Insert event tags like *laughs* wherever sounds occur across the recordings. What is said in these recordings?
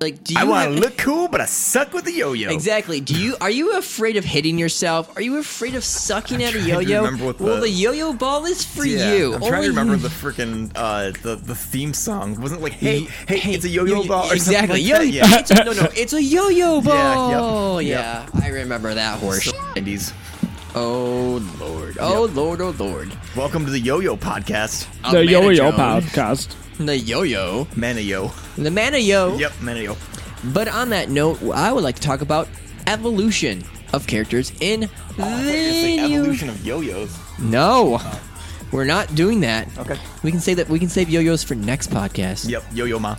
Like, do you I want have- to look cool, but I suck with the yo-yo. Exactly. Do you are you afraid of hitting yourself? Are you afraid of sucking at a trying to yo-yo? remember what well, the- the yo-yo ball is for Yeah, you. I'm trying Only to remember you- the freaking uh, the the theme song. Wasn't it like hey Ye- hey, it's a yo-yo ball or exactly. something like yo, that? it's a, no, no, it's a *laughs* yo-yo yep, ball. yep. Yeah, I remember that *laughs* horse. Yeah. Nineties. Oh lord. Oh lord. Oh lord. Welcome to the Yo-Yo Podcast. A the Yo Yo manajone. podcast. The yo-yo. Manayo. The mana yo. Yep, Manayo. But on that note, I would like to talk about evolution of characters Oh, in It's video. like evolution of yo-yos. No, we're not doing that. Okay. We can say that we can save yo-yos for next podcast. Yep, yo-yo ma.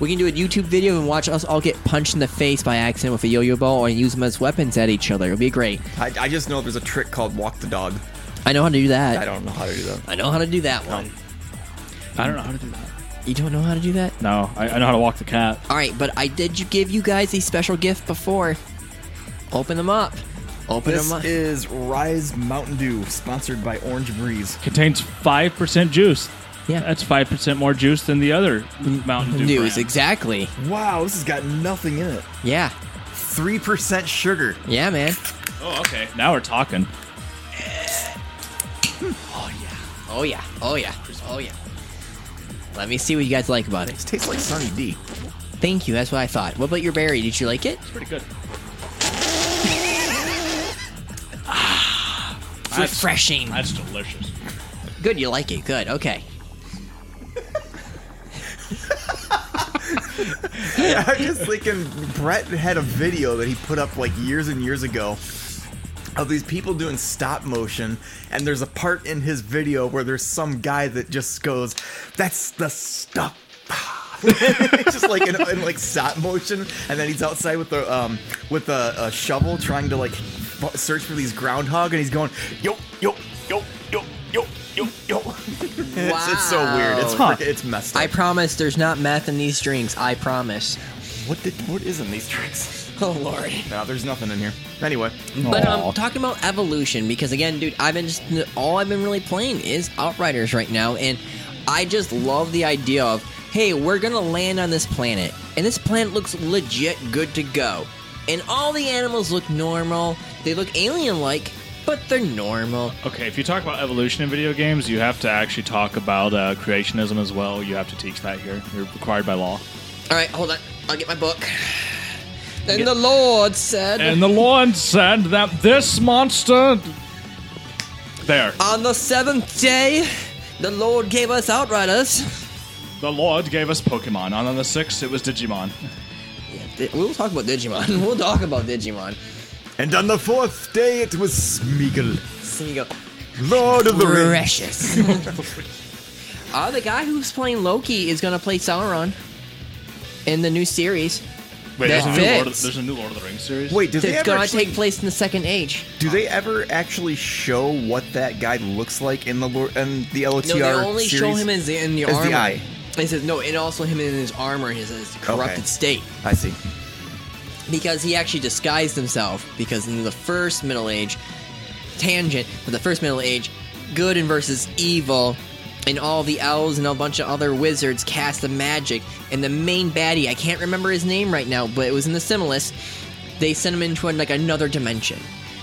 We can do a YouTube video and watch us all get punched in the face by accident with a yo-yo ball and use them as weapons at each other. It'll be great. I, I just know there's a trick called walk the dog. I know how to do that. I don't know how to do that. I know how to do that one. I don't know how to do that. You don't know how to do that? No, I, I know how to walk the cat. All right, but I did you give you guys a special gift before. Open them up. Open This them up. is Rise Mountain Dew, sponsored by Orange Breeze. Contains five percent juice. Yeah. that's five percent more juice than the other Mountain Dew. News brand. exactly. Wow, this has got nothing in it. Yeah, Three percent sugar. yeah, man. Oh, okay. Now we're talking. Oh yeah, oh yeah, oh yeah. Let me see what you guys like about it. This tastes like Sunny D. Thank you. That's what I thought. What about your berry? Did you like it? Pretty good. Refreshing. That's delicious. Good. You like it. Good. Okay. I'm just thinking Brett had a video that he put up like years and years ago of these people doing stop motion and there's a part in his video where there's some guy that just goes that's the stuff *laughs* just like in, in like stop motion and then he's outside with the um with a, a shovel trying to like bu- search for these groundhog and he's going yo yo yo yo yo yo yo *laughs* it's, it's so weird it's Wow. frick- it's messed up I promise there's not meth in these drinks. I promise. what did what is in these tricks *laughs* Oh lord. No, there's nothing in here. Anyway, But um, Aw. talking about evolution because again, dude, I've been just all I've been really playing is Outriders right now, and I just love the idea of hey, we're gonna land on this planet, and this planet looks legit good to go, and all the animals look normal. They look alien-like, but they're normal. Okay, if you talk about evolution in video games, you have to actually talk about uh, creationism as well. You have to teach that here. You're required by law. All right, hold on. I'll get my book. And the Lord said, And the Lord said that this monster. There. on the seventh day, the Lord gave us Outriders. The Lord gave us Pokemon. And on the sixth, it was Digimon. Di- We'll talk about Digimon. *laughs* We'll talk about Digimon. and on the fourth day it was Smeagol, So you go, Lord of the Rings. *laughs* precious. uh, the guy who's playing Loki is gonna play Sauron in the new series. Wait, That there's a, new Lord fits. of, there's a new Lord of the Rings series? Wait, do they It's ever gonna actually, take place in the Second Age. do they ever actually show what that guy looks like in the lor- in the LOTR No, they only show series? him as the, in the As the armor. eye. It says no, and also him in his armor, his, his corrupted Okay. state, I see. because he actually disguised himself. Because in the first Middle Age, tangent, but the first Middle Age, good and versus evil, and all the elves and a bunch of other wizards cast the magic, and the main baddie, I can't remember his name right now, but it was in the Similis, they sent him into like another dimension.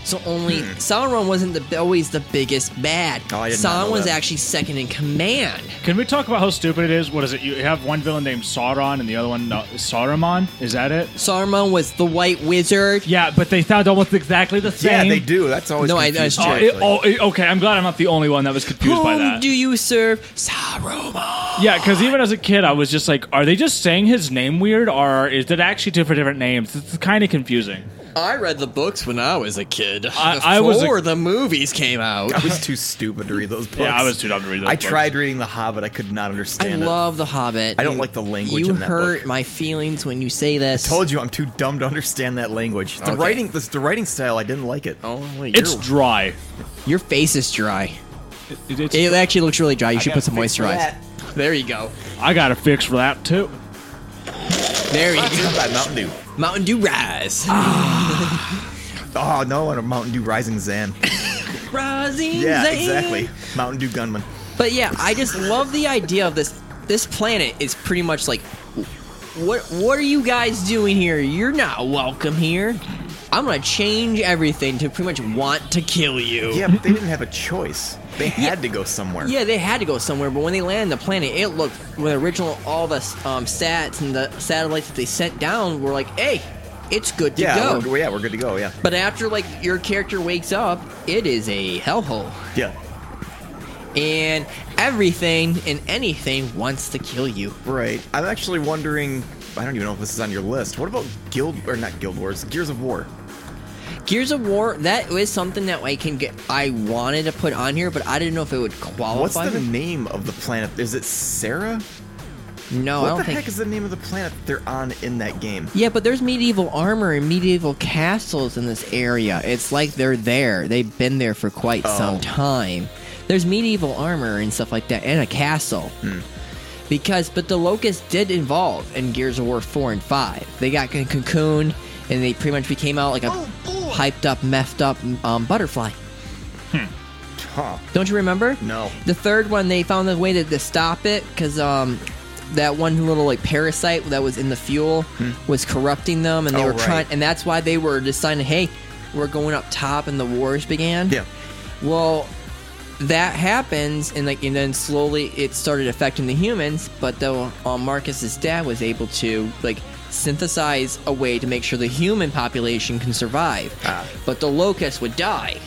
So only Sauron wasn't the, always the biggest bad. Hmm. Oh, I did not Sauron know was that. actually second in command. Can we talk about how stupid it is? What is it? You have one villain named Sauron and the other one uh, Saruman? Is that it? Sauron was the white wizard. Yeah, but they sound almost exactly the same. Yeah, they do. That's always No, I- confused that's Oh, me, it- actually. oh, it- okay, I'm glad I'm not the only one that was confused by Whom that. do you serve? Sauron. yeah, because even as a kid, I was just like, are they just saying his name weird, or is it actually two for different names? It's kind of confusing. I read the books when I was a kid. *laughs* I- before I was a- the movies came out. I was too stupid to read those books. Yeah, I was too dumb to read those I books. tried reading The Hobbit. I could not I understand love The Hobbit. I don't You- like the language You in that hurt book. my feelings when you say this. it. Told you I'm too dumb to understand that language. The Okay. writing, this, the writing style, I didn't like it. oh, wait, It's your- dry. your face is dry. It- it's- It actually looks really dry. You should gotta put some fix moisturizer. that. There you go. I got a fix for that too. There you go. *laughs* By Mountain Dew. Mountain Dew Rise. Ah. Oh no, on a Mountain Dew *laughs* Rising Zan. Rising. Yeah, Zane. exactly. Mountain Dew Gunman. But yeah, I just love the idea of this. This planet is pretty much like, what what are you guys doing here? You're not welcome here. I'm gonna change everything to pretty much want to kill you. Yeah, but they didn't have a choice. They had to go somewhere. Yeah, they had to go somewhere, but when they landed on the planet, it looked when the original all the um, sats and the satellites that they sent down were like, hey, it's good to Yeah, go. we're, yeah, we're good to go. Yeah, But after like your character wakes up, it is a hellhole, yeah, and everything and anything wants to kill you. right. I'm actually wondering. I don't even know if this is on your list. What about Guild or not Guild Wars? Gears of War. Gears of War, that was something that I can get. I wanted to put on here, but I didn't know if it would What's qualify. the name of the planet? Is it Sarah? no, I what don't the think. heck is the name of the planet they're on in that game? yeah, but there's medieval armor and medieval castles in this area. It's like they're there. They've been there for quite Oh. some time. There's medieval armor and stuff like that, and a castle. Hmm. Because, but the Locust did involve in Gears of War 4 and 5. They got con- cocooned, and they pretty much became out like a Oh, hyped up, meffed up um, butterfly. Huh? Don't you remember? No. The third one, they found a way to, to stop it because um, that one little like parasite that was in the fuel was corrupting them, and they Hmm. Oh, were right. trying, and that's why they were deciding, hey, we're going up top, and the wars began. Yeah. Well, that happens, and like, and then slowly it started affecting the humans. But though um, Marcus's dad was able to like synthesize a way to make sure the human population can survive, Ah. but the locusts would die.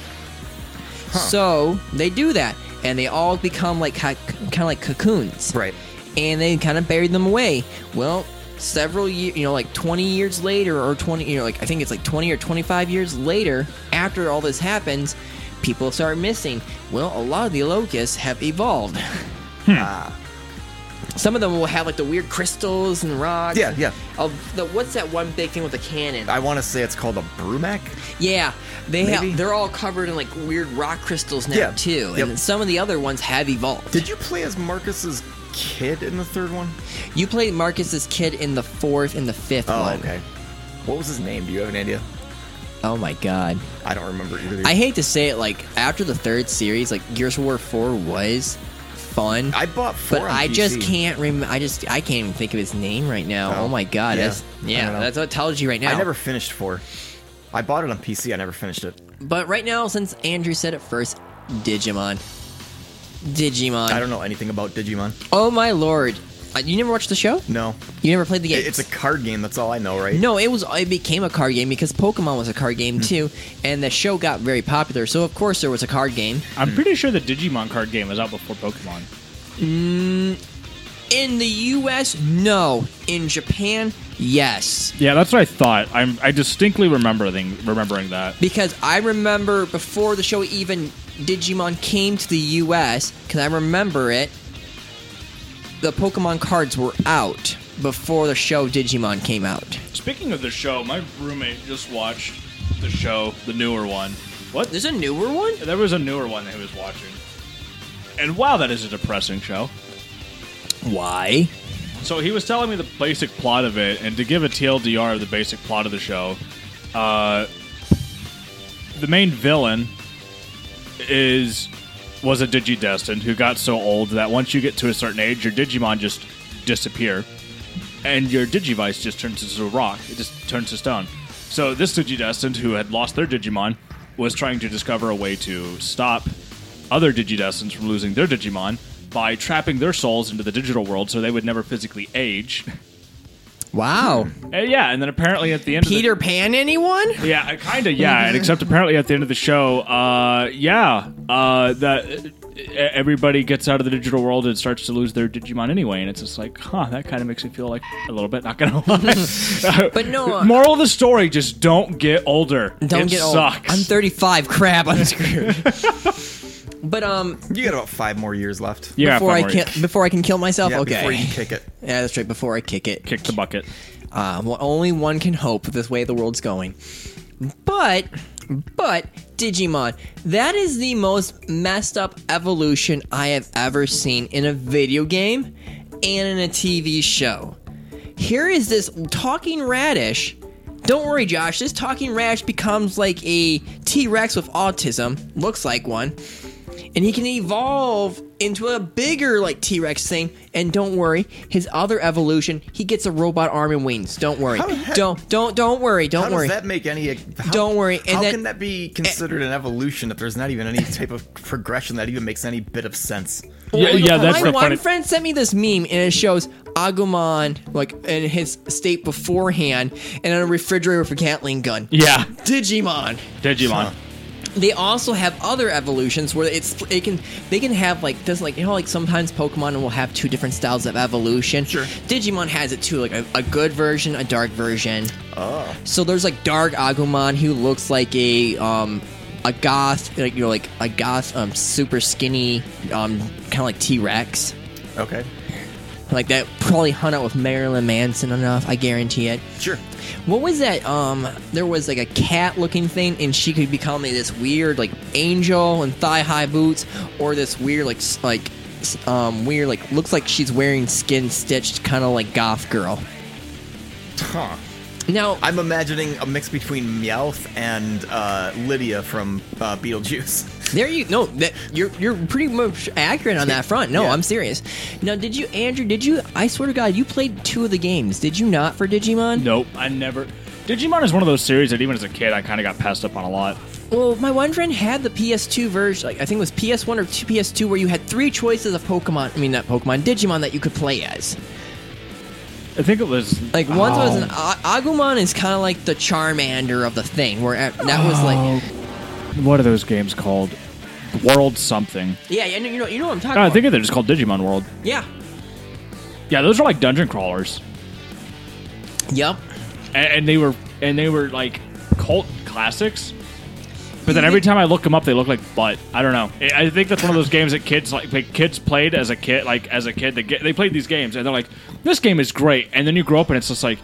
So they do that, and they all become like kind of like cocoons, Right. And they kind of buried them away. Well, several years, you know, like twenty years later, or twenty, you know, like I think it's like twenty or twenty-five years later, after all this happens, people start missing. Well, a lot of the locusts have evolved. Hmm. Uh, Some of them will have like the weird crystals and rocks. Yeah, yeah. Of the what's that one big thing with the cannon? I want to say it's called a Brumac. Yeah, they Maybe. have. They're all covered in like weird rock crystals now Yeah. too, and Yep. then some of the other ones have evolved. Did you play as Marcus's kid in the third one? you played Marcus's kid in the fourth and the fifth Oh, one? What was his name? Do you have an idea? Oh my god, I don't remember either. I hate to say it. Like after the third series, like Gears of War four was fun, I bought four. but on I just PC. can't. Rem- I just I can't even think of his name right now. Oh, Oh, my god, yeah. that's I yeah, don't know. that's what it tells you right now. I never finished four. I bought it on PC. I never finished it. But right now, since Andrew said it first, Digimon. Digimon. I don't know anything about Digimon. Oh my lord. Uh, you never watched the show? No, You never played the game? It- it's a card game. That's all I know, right? No, it was. It became a card game because Pokemon was a card Hmm. game too, and the show got very popular. So of course there was a card game I'm Hmm. pretty sure the Digimon card game was out before Pokemon. in the U.S. No, in Japan, yes. Yeah, that's what I thought. I'm I distinctly remembering remembering that. Because I remember before the show even Digimon came to the U.S. Because I remember it, the Pokemon cards were out before the show Digimon came out. Speaking of the show, my roommate just watched the show, the newer one. What? There's a newer one. There was a newer one that he was watching. And wow, that is a depressing show. Why? So he was telling me the basic plot of it, and to give a TLDR of the basic plot of the show, uh, the main villain is was a Digidestined who got so old that once you get to a certain age, your Digimon just disappear, and your Digivice just turns into a rock. It just turns to stone. So this Digidestined who had lost their Digimon was trying to discover a way to stop other Digidestins from losing their Digimon by trapping their souls into the digital world so they would never physically age. *laughs* Wow. Hmm. And yeah, and then apparently at the end of the Peter Pan? Anyone? yeah, kind of. Yeah, and except apparently at the end of the show, uh, yeah, uh, the e- everybody gets out of the digital world and starts to lose their Digimon anyway, and it's just like, huh, that kind of makes me feel like a little bit. Not gonna *laughs* lie. But *laughs* no, uh, moral of the story: just don't get older. Don't It get old. sucks. I'm 35. Crap, I'm *laughs* screwed. but um, You got about five more years left. yeah, before if I I'm worried. can before I can kill myself. Yeah, okay. Before you kick it. yeah, that's right. Before I kick it. kick the bucket. Uh, well, only one can hope with this way the world's going. But, but Digimon, that is the most messed up evolution I have ever seen in a video game and in a TV show. Here is this talking radish. Don't worry, Josh. This talking radish becomes like a T Rex with autism. Looks like one. And he can evolve into a bigger, like, T Rex thing. And don't worry, his other evolution, he gets a robot arm and wings. Don't worry. How the heck- Don't, don't, don't worry. Don't How worry. does that make any? How, Don't worry, and how that- can that be considered an evolution if there's not even any type of progression that even makes any bit of sense? Yeah, Well, yeah, that's my the one funny. friend sent me this meme, and it shows Agumon like in his state beforehand, and on a refrigerator with a Gatling gun. yeah, Digimon. Digimon. They also have other evolutions where it's it can they can have like does like you know like sometimes Pokemon will have two different styles of evolution. Sure. Digimon has it too, like a, a good version, a dark version. Oh. So there's like dark Agumon who looks like a um a goth like you know like a goth um super skinny um kind of like T Rex. Okay, Like that probably hung out with Marilyn Manson enough, I guarantee it. sure. What was that? Um, there was like a cat looking thing, and she could become like, this weird like angel in thigh high boots, or this weird like s- like s- um weird like looks like she's wearing skin stitched kind of like goth girl. Huh. Now I'm imagining a mix between Meowth and uh, Lydia from uh, Beetlejuice. *laughs* there you no that you're you're pretty much accurate on that front. No, Yeah. I'm serious. Now did you Andrew? Did you? I swear to God, you played two of the games. Did you not for Digimon? Nope, I never. Digimon is one of those series that even as a kid I kind of got passed up on a lot. Well, my one friend had the PS2 version. Like I think it was PS1 or two, PS2, where you had three choices of Pokemon. I mean, not Pokemon, Digimon that you could play as. I think it was Like one oh. was an A- Agumon is kind of like the Charmander of the thing. Where at- that was like, What are those games called? World something. yeah, yeah, you know, you know what I'm talking God, I about. think they're just called Digimon World. yeah, Yeah, those are like dungeon crawlers, yep. and, and they were and they were like cult classics. But then every time I look them up, they look like butt. I don't know. I I think that's one of those games that kids like. like kids played as a kid, like as a kid, they get, they played these games, and they're like, "This game is great." And then you grow up, and it's just like,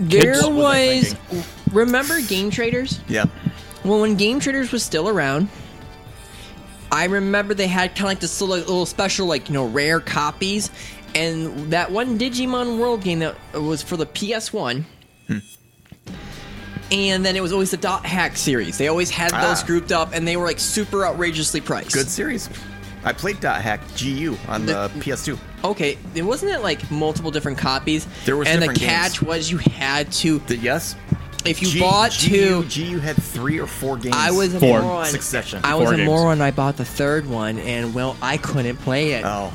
There What was I was, remember Game Traders? Yeah. Well, when Game Traders was still around, I remember they had kind of like this little, little special, like, you know, rare copies. And that one Digimon World game that was for the PS1. Hmm. And then it was always the Dot Hack series. They always had those Ah. grouped up, and they were like super outrageously priced. Good series. I played Dot Hack GU on the, PS2. Okay, it wasn't it like multiple different copies? There was and the different games. catch was you had to Did yes? if you bought two. GU, GU had three or four games. I was a Four. moron. Succession. I was Four a games. moron. I bought the third one, and well, I couldn't play it. Oh.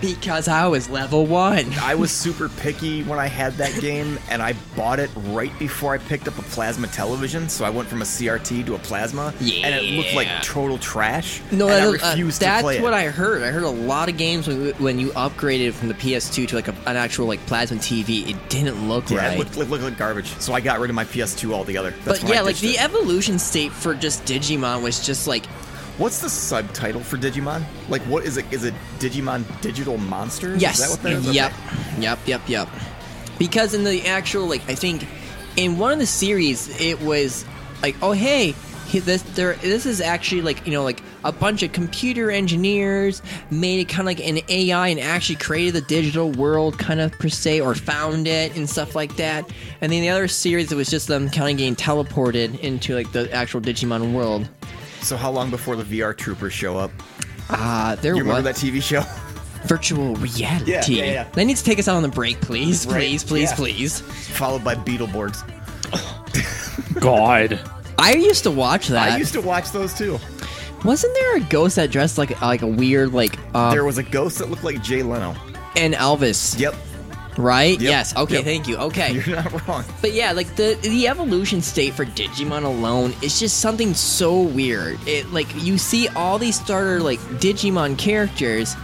Because I was level one. I was super picky when I had that game, and I bought it right before I picked up a plasma television. So I went from a CRT to a plasma, and it looked like Yeah. total trash. No, and I that- uh, refused to that's play what it. I heard. I heard a lot of games when, when you upgraded from the PS2 to like a, an actual like plasma TV, it didn't look Yeah, right. it looked, it looked like garbage. So I got rid of my PS2 altogether. That's but when I yeah, like ditched the it. evolution state for just Digimon was just like What's the subtitle for Digimon? Like, what is it? Is it Digimon Digital Monsters? yes, Is that what that is? yep, Okay. yep, yep, yep. Because in the actual like, I think in one of the series it was like, oh hey, he- this there this is actually like you know like a bunch of computer engineers made it kind of like an AI and actually created the digital world kind of per se or found it and stuff like that. And then the other series it was just them kind of getting teleported into like the actual Digimon world. So how long before the VR Troopers show up? Ah, uh, there You remember was that TV show? *laughs* virtual reality. Yeah, yeah, yeah. They need to take us out on the break, please, Right, please, please, yeah. please. Followed by Beetleborgs. God, I used to watch that. I used to watch those too. Wasn't there a ghost that dressed like like a weird like um, There was a ghost that looked like Jay Leno. and Elvis? Yep. *laughs* Right? Yep. Yes. Okay, Yep. thank you. Okay. You're not wrong. But yeah, like the the evolution state for Digimon alone is just something so weird. It like you see all these starter like Digimon characters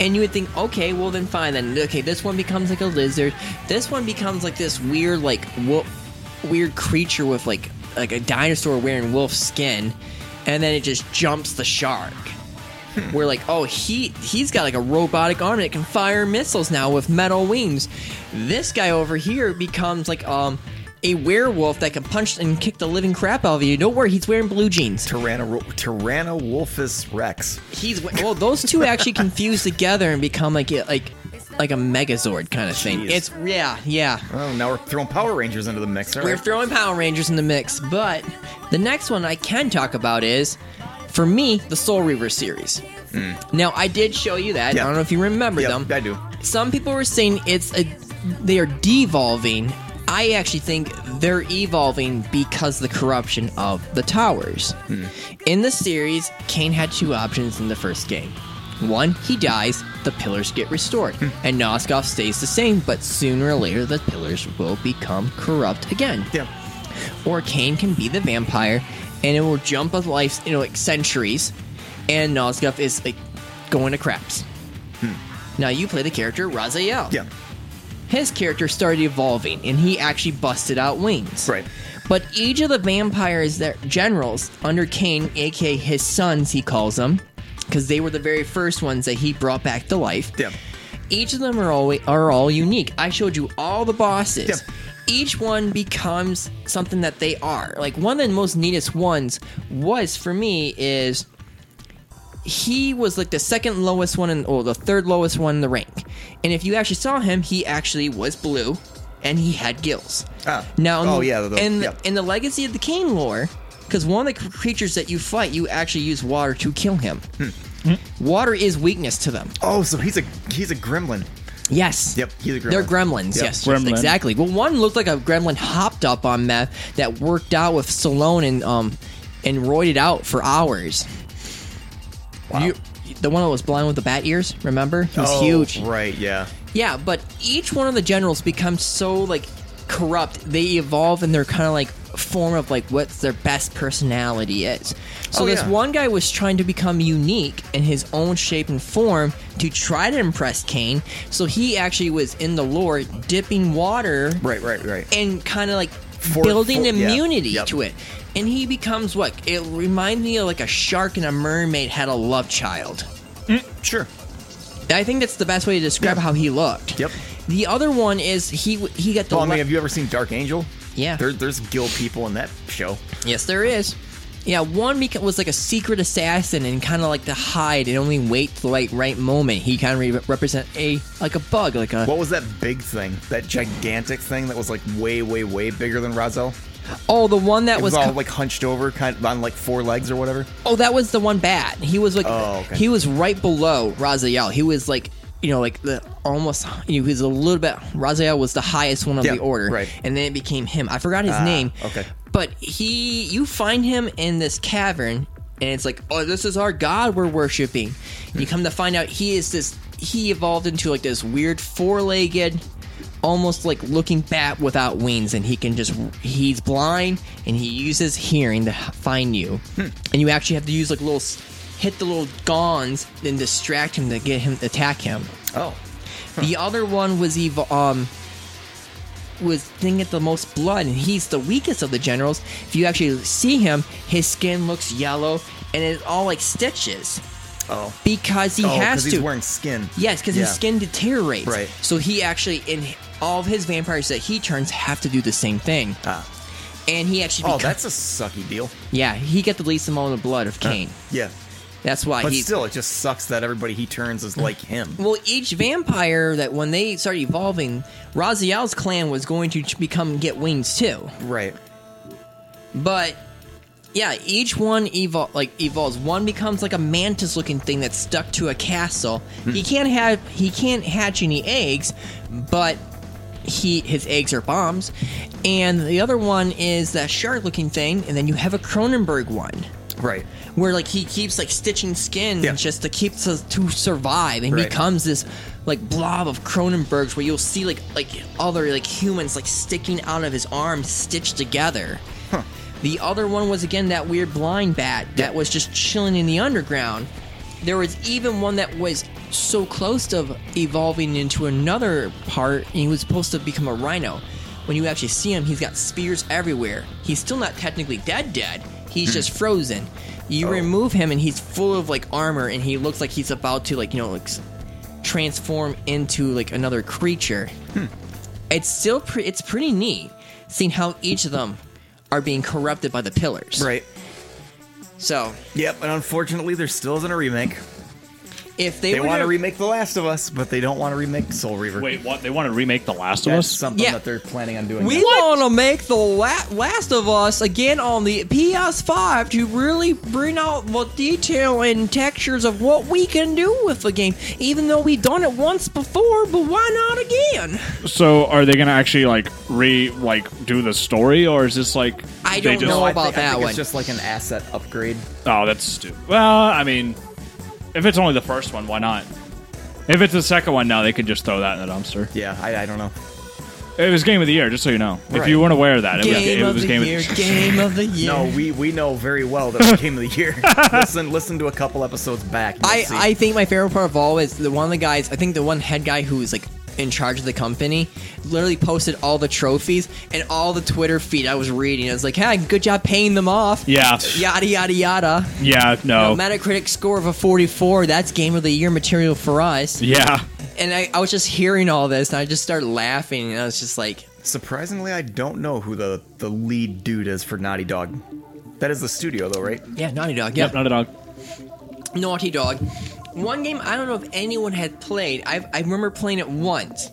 and you would think, okay, well then fine then. Okay, this one becomes like a lizard. This one becomes like this weird like wolf, weird creature with like like a dinosaur wearing wolf skin, and then it just jumps the shark. We're like, oh, he he's got like a robotic arm that can fire missiles now with metal wings. This guy over here becomes like um a werewolf that can punch and kick the living crap out of you. Don't worry, he's wearing blue jeans. Tyranno Tyrannowolfus Rex. He's well, those two actually confuse together and become like a- like like a Megazord kind of thing. Jeez. It's yeah, yeah. Oh, now we're throwing Power Rangers into the mix. All We're right. throwing Power Rangers in the mix, but the next one I can talk about is, for me, the Soul Reaver series. Now I did show you that. Hmm. Yeah. I don't know if you remember Yep, them. I do. Some people were saying it's a they are devolving. I actually think they're evolving because of the corruption of the towers. In the series, Kane had two options in the first game. One, he dies, the pillars get restored, and Noskov stays the same, but sooner or later the pillars will become corrupt again Yeah. or Kane can be the vampire, and it will jump of life, you know, like centuries, and Nosgoth is like going to craps. Now you play the character Raziel. Hmm. Yeah. His character started evolving, and he actually busted out wings. Right. But each of the vampires, their generals under Kane, aka his sons, he calls them, because they were the very first ones that he brought back to life. Yeah. Each of them are all are all unique. I showed you all the bosses. Yep. Each one becomes something that they are. Like one of the most neatest ones was for me is he was like the second lowest one in or the third lowest one in the rank. And if you actually saw him, he actually was blue and he had gills. Ah. Now in, Oh, yeah, the- in, yep. in the legacy of the Kane lore, because one of the creatures that you fight, you actually use water to kill him. Hmm. Water is weakness to them. Oh, so he's a he's a gremlin. Yes. Yep, he's a gremlin. They're gremlins. Yep. Yes, yes, Gremlin. exactly. Well, one looked like a gremlin hopped up on meth that worked out with Stallone and um and roided out for hours. Wow. You- the one that was blind with the bat ears, remember? He was oh, huge. Right. Yeah. Yeah, but each one of the generals becomes so like corrupt. They evolve in their kind of like form of like what their best personality is. So Oh, this yeah. one guy was trying to become unique in his own shape and form to try to impress Kane. So he actually was in the lore dipping water Right. Right. Right. and kind of like For- building for- yeah, immunity yep. to it. And he becomes what? It reminds me of like a shark and a mermaid had a love child. sure. I think that's the best way to describe Yeah. how he looked. Yep. The other one is he he got the Well, I mean, le- have you ever seen Dark Angel? Yeah. There, there's gill people in that show. yes there is. Yeah, one beca- was like a secret assassin and kind of like to hide and only wait the like right moment. He kind of re- represent a like a bug, like a What was that big thing? That gigantic thing that was like way, way, way bigger than Razel? oh the one that It was, was all co- like hunched over, kind of on like four legs or whatever. oh that was the one bat. He was like Oh, okay. he was right below Raziel. He was like you know like the almost he was a little bit Raziel was the highest one of Yeah, the order, right. And then it became him. I forgot his Ah, name. okay. But he, you find him in this cavern, and it's like, oh, this is our god we're worshiping. You come to find out he is this. He evolved into like this weird four-legged, almost like looking bat without wings, and he can just. He's blind, and he uses hearing to h- find you, Hmm. and you actually have to use like little. s- Hit the little gongs and distract him to get him attack him. Oh. The other one was evil. Um, was thing at the most blood, and he's the weakest of the generals. If you actually see him, his skin looks yellow, and it's all like stitches Oh. because he Oh, 'cause has he's to. wearing skin. yes, because Yeah. his skin deteriorates. Right. So he actually, in all of his vampires that he turns, have to do the same thing, Ah. and he actually. Oh, beco- that's a sucky deal. yeah. He got the least amount of blood of Cain. Yeah. That's why But he's still, it just sucks that everybody he turns is like him. Well, each vampire that when they started evolving, Raziel's clan was going to ch- become get wings too. Right. But yeah, each one evol- like evolves. One becomes like a mantis looking thing that's stuck to a castle. Hmm. He can't have he can't hatch any eggs, but he his eggs are bombs. And the other one is that shark looking thing, and then you have a Cronenberg one. Right. where like he keeps like stitching skin Yeah. just to keep to, to survive and Right. becomes this like blob of Cronenberg's where you'll see like like other like humans like sticking out of his arm stitched together. The other one was again that weird blind bat that was just chilling in the underground. There was even one that was so close to evolving into another part, and he was supposed to become a rhino. When you actually see him, he's got spears everywhere. He's still not technically dead, dead. He's just frozen. You remove him, and he's full of like armor, and he looks like he's about to like you know like s- transform into like another creature it's still pre- it's pretty neat seeing how each of them are being corrupted by the pillars. Right. So Yep. And unfortunately, there still isn't a remake. if they, They were want to to- remake The Last of Us, but they don't want to remake Soul Reaver. Wait, what? They want to remake The Last of That's Us? something Yeah. that they're planning on doing. we now. want to make the La- Last of Us again on the PS5 to really bring out the detail and textures of what we can do with the game, even though we've done it once before. But why not again? So are they going to actually like re like do the story or is this like I they don't just- know I about think, I that think one. It's just like an asset upgrade. Oh, that's stupid. Well, I mean, if it's only the first one, why not? If it's the second one now, they could just throw that in the dumpster. Yeah, I, I don't know. It was game of the year, just so you know. If Right. you weren't aware of that, it was, Game it of was the game year. of the game of the year. No, we we know very well that *laughs* was game of the year. listen, listen to a couple episodes back. and I, you'll see. I think my favorite part of all is the one of the guys. I think the one head guy who was like in charge of the company literally posted all the trophies and all the Twitter feed I was reading. I was like, "Hey, good job paying them off." Yeah. Oh. Yada yada yada. Yeah, no. Metacritic score of a 44. That's game of the year material for us. Yeah. And I, I was just hearing all this and I just started laughing and I was just like, surprisingly I don't know who the the lead dude is for Naughty Dog. That is the studio though, right? "Yeah, Naughty Dog. Yeah, Yep, not at all. Naughty Dog. One game I don't know if anyone had played. I I remember playing it once.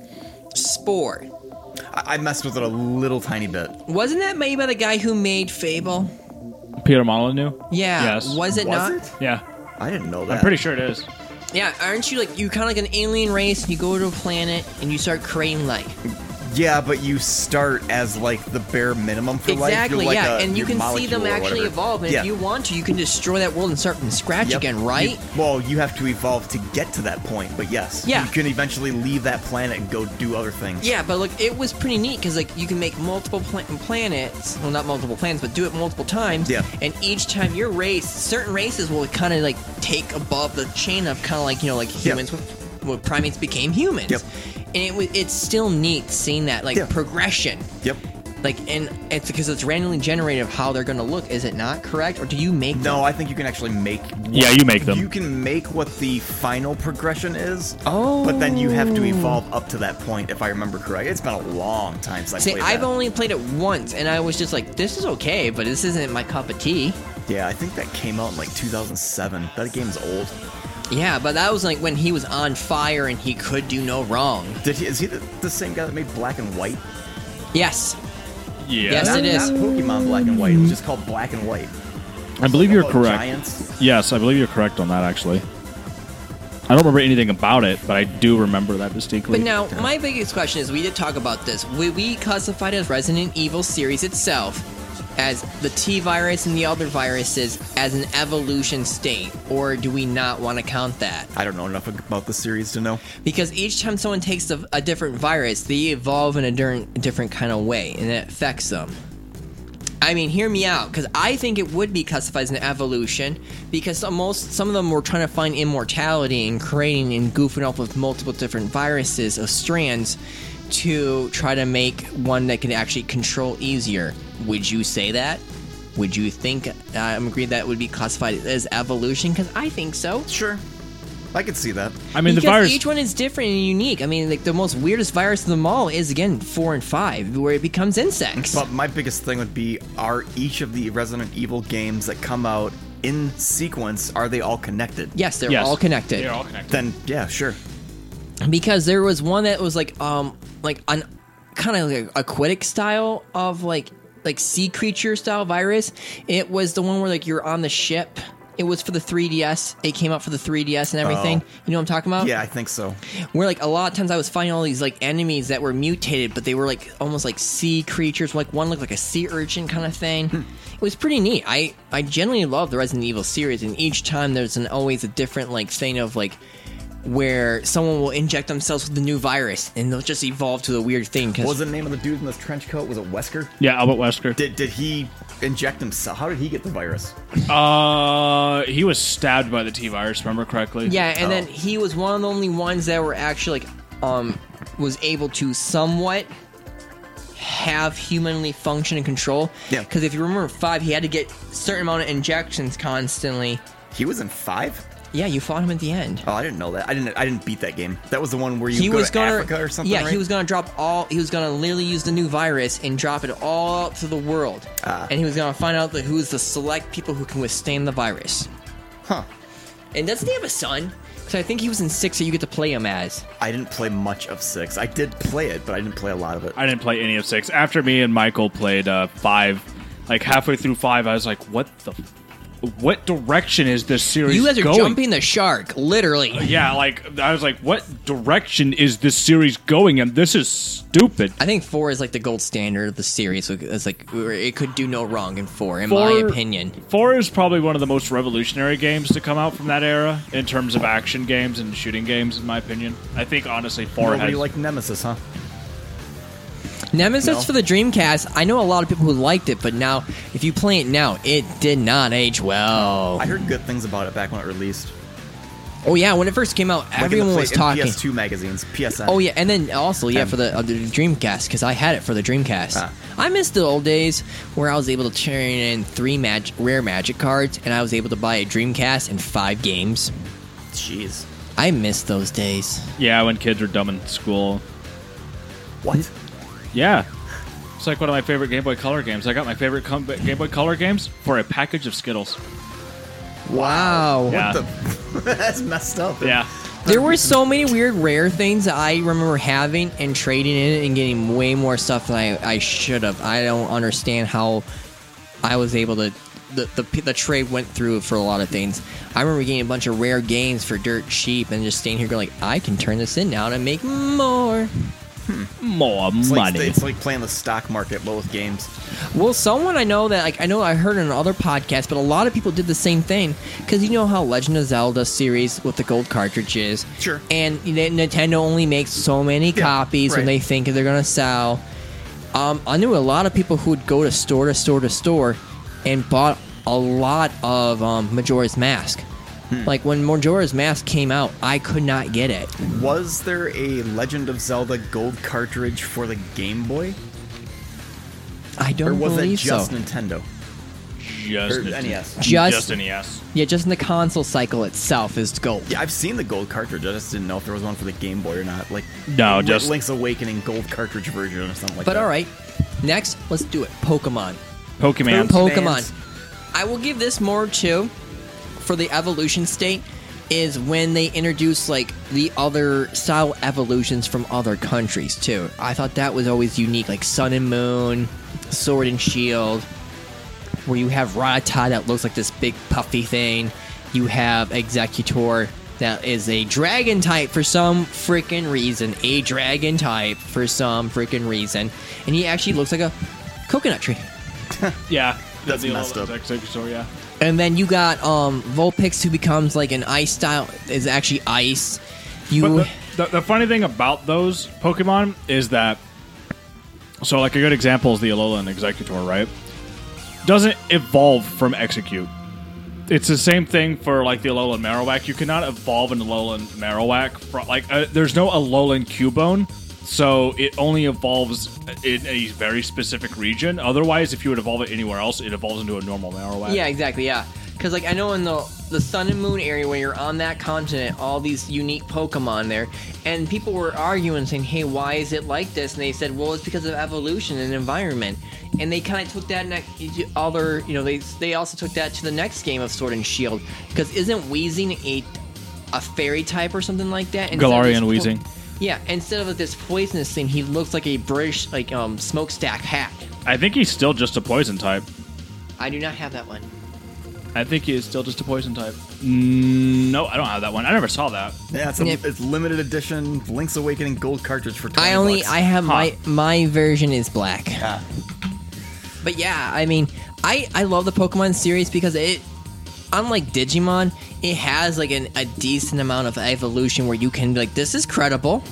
Spore. I, I messed with it a little tiny bit. Wasn't that made by the guy who made Fable? Peter Molyneux? Yeah. Yes. Was it Was not? it? Yeah. I didn't know that. I'm pretty sure it is. Yeah. Aren't you like you kind of like an alien race? And you go to a planet and you start creating life. Yeah, but you start as like the bare minimum for life. exactly. You're like yeah. a- and you you're can see them molecule or actually whatever. evolve. And yeah. if you want to, you can destroy that world and start from scratch Yep. again. You- Right. well, you have to evolve to get to that point, but yes, Yeah. you can eventually leave that planet and go do other things. Yeah, but look, it was pretty neat because like you can make multiple pla- planets. Well, not multiple planets, but do it multiple times. Yeah. And each time your race, certain races will kind of like take above the chain of kind of like you know like Yeah. humans, with well, primates became humans. Yep. And it was it's still neat seeing that like Yeah. progression. Yep. Like and it's because it's randomly generated of how they're going to look. Is it not correct, or do you make No, them? I think you can actually make. Yeah, you make them. You can make what the final progression is. Oh. But then you have to evolve up to that point, if I remember correct. It's been a long time since I See, played I've that. only played it once, and I was just like, "This is okay, but this isn't my cup of tea." Yeah, I think that came out in like 2007. That game's old. Yeah, but that was like when he was on fire and he could do no wrong. Did he, is he the, the same guy that made Black and White? Yes. Yeah. Yes, not, it is. Not Pokemon Black and White. It was just called Black and White. I believe you're About correct. Giants. Yes, I believe you're correct on that, actually. I don't remember anything about it, but I do remember that distinctly. But now, my biggest question is we did talk about this. We, we classified as Resident Evil series itself as the T virus and the other viruses as an evolution state, or do we not want to count that? I don't know enough about the series to know. Because each time someone takes a, a different virus, they evolve in a different, different kind of way, and it affects them. I mean, hear me out, because I think it would be classified as an evolution, because some, most some of them were trying to find immortality and creating and goofing off with multiple different viruses of strands to try to make one that can actually control easier. Would you say that? Would you think uh, I'm agreed that would be classified as evolution? Because I think so. Sure. I could see that. I mean, the Because virus. each one is different and unique. I mean, like the most weirdest virus of them all is again four and five, where it becomes insects. But my biggest thing would be are each of the Resident Evil games that come out in sequence, are they all connected? yes, they're Yes. all connected. They're all connected. Then, yeah, sure. because there was one that was like um like an kind of like aquatic style of like like sea creature style virus. It was the one where like you're on the ship It was for the 3DS. It came out for the 3DS and everything. Oh. You know what I'm talking about? Yeah, I think so. Where like a lot of times I was finding all these like enemies that were mutated, but they were like almost like sea creatures. Like one looked like a sea urchin kind of thing. It was pretty neat. I I generally love the Resident Evil series, and each time there's an always a different like thing of like where someone will inject themselves with the new virus and they'll just evolve to a weird thing. What was Cause the name of the dude in this trench coat? Was it Wesker? Yeah, Albert Wesker. Did did he inject himself? How did he get the virus? Uh, he was stabbed by the T virus. Remember correctly? yeah, and then Oh. he was one of the only ones that were actually like um was able to somewhat have humanly function and control. Yeah. Because if you remember five, he had to get certain amount of injections constantly. He was in five. Yeah, you fought him at the end. Oh, I didn't know that. I didn't. I didn't beat that game. That was the one where you he go was to gonna Africa or something. yeah right? he was gonna drop all he was gonna literally use the new virus and drop it all out to the world Ah. and he was gonna find out the, who's the select people who can withstand the virus Huh. and doesn't he have a son because i think he was in six that you get to play him as I didn't play much of six. I did play it, but I didn't play a lot of it. I didn't play any of six. After me and Michael played uh, five, like halfway through five, I was like, "What the? What direction is this series? you guys are going? jumping the shark literally Yeah, like I was like, "What direction is this series going?" And this is stupid. i think four is like the gold standard of the series so it's like where it could do no wrong in four in my Four- opinion Four is probably one of the most revolutionary games to come out from that era in terms of action games and shooting games, in my opinion. I think honestly, four Nobody has liked Nemesis, huh? Nemesis No. for the Dreamcast. I know a lot of people who liked it, but now, if you play it now, it did not age well. I heard good things about it back when it released. Oh yeah, when it first came out, Like in the everyone play- was in talking. PS2 magazines, PSN. Oh yeah, and then also yeah Um, for the, uh, the Dreamcast because I had it for the Dreamcast. Ah. I miss the old days where I was able to turn in three mag- rare Magic cards, and I was able to buy a Dreamcast and five games. Jeez. I miss those days. yeah. When kids are dumb in school, What? *laughs* yeah. It's like one of my favorite Game Boy Color games. I got my favorite com- Game Boy Color games for a package of Skittles. Wow. Yeah. The, that's messed up. Yeah. There were so many weird rare things that I remember having and trading in and getting way more stuff than I, I should have. I don't understand how I was able to. The, the, the trade went through for a lot of things. I remember getting a bunch of rare games for dirt cheap and just staying here going like, I can turn this in now and make more. More It's like, money. it's like playing the stock market, but with games. Well, someone I know that like I know I heard on other podcasts, but a lot of people did the same thing because you know how Legend of Zelda series with the gold cartridges, Sure. and N- Nintendo only makes so many Yeah, copies when right. they think they're gonna sell. Um, I knew a lot of people who would go to store to store to store and bought a lot of um, Majora's Mask. Hmm. Like when Majora's Mask came out, I could not get it. Was there a Legend of Zelda gold cartridge for the Game Boy? I Or don't was that believe just so. Nintendo? just E Or E NES? Just- just E NES. yeah, just in the console cycle itself is gold. Yeah, I've seen the gold cartridge. I just didn't know if there was one for the Game Boy or not. Like No, Link- just- Link's Awakening gold cartridge version or something like But that. all right, next let's do it. Pokemon. Pokemon. Pokemon. I will give this more too for the evolution state is when they introduce like the other style evolutions from other countries too. I thought that was always unique, like Sun and Moon, Sword and Shield, where you have Rattata that looks like this big puffy thing. You have Executor that is a dragon type for some freaking reason. A dragon type for some freaking reason. And he actually looks like a coconut tree. Yeah, That's the messed old up. Exeggutor, yeah. And then you got um Vulpix who becomes like an ice style is actually ice. You But the, the, the funny thing about those Pokemon is that, so like a good example is the Alolan Executor, right? Doesn't evolve from Execute. It's the same thing for like the Alolan Marowak. You cannot evolve an Alolan Marowak from like uh, there's no Alolan Cubone, so it only evolves in a very specific region. Otherwise, if you would evolve it anywhere else, it evolves into a normal Marowak. Yeah, exactly, yeah. Cause like I know in the the sun and moon area when you're on that continent, all these unique Pokemon there, and people were arguing saying, Hey, why is it like this? And they said, Well, it's because of evolution and environment. And they kind of took that next other, you know, they they also took that to the next game of Sword and Shield because isn't Weezing a a fairy type or something like that? Instead of Galarian this po- Weezing. Yeah, instead of this poisonous thing, he looks like a British like um smokestack hat. I think he's still just a poison type. I do not have that one. I think he is still just a poison type. Mm, No, I don't have that one. I never saw that. Yeah, it's, a, Yep. it's limited edition Link's Awakening gold cartridge for 20 I only bucks. I have Huh. my my version is black. Yeah. But yeah, I mean, I I love the Pokemon series because it unlike Digimon, it has like an, a decent amount of evolution where you can be like this is credible.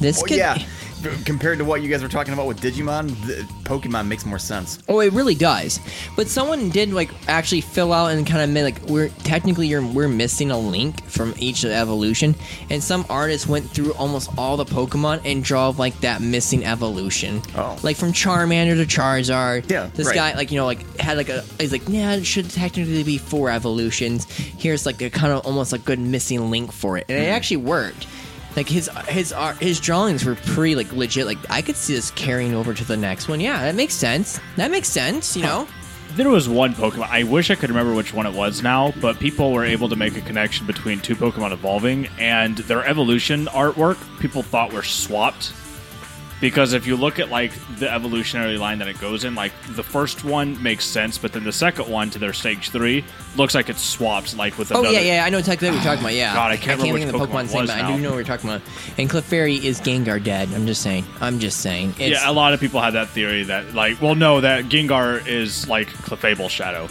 This Well, could Hmm. Oh, yeah. B- Compared to what you guys were talking about with Digimon, the, Pokemon makes more sense. Oh, it really does. But someone did like actually fill out and kind of made like we're technically you're we're missing a link from each evolution, and some artists went through almost all the Pokemon and draw like that missing evolution. Oh. like from Charmander to Charizard. Yeah, this right. guy like you know like had like a he's like yeah it should technically be four evolutions. Here's like a kind of almost a good missing link for it, Hmm. and it actually worked. Like his his art his drawings were pretty like legit. Like I could see this carrying over to the next one. Yeah, that makes sense. That makes sense. You know. There was one Pokemon. I wish I could remember which one it was now, but people were able to make a connection between two Pokemon evolving and their evolution artwork. People thought were swapped because if you look at like the evolutionary line that it goes in, like the first one makes sense, but then the second one to their stage three looks like it's swapped, like with Oh another. yeah, yeah, I know exactly what you're talking about. Yeah, God, I can't remember think of the which Pokemon Pokemon it thing, was but I now. do know what you're talking about. And Clefairy is Gengar dead. I'm just saying. I'm just saying. It's, Yeah, a lot of people had that theory that like, well, no, that Gengar is like Clefable's shadow.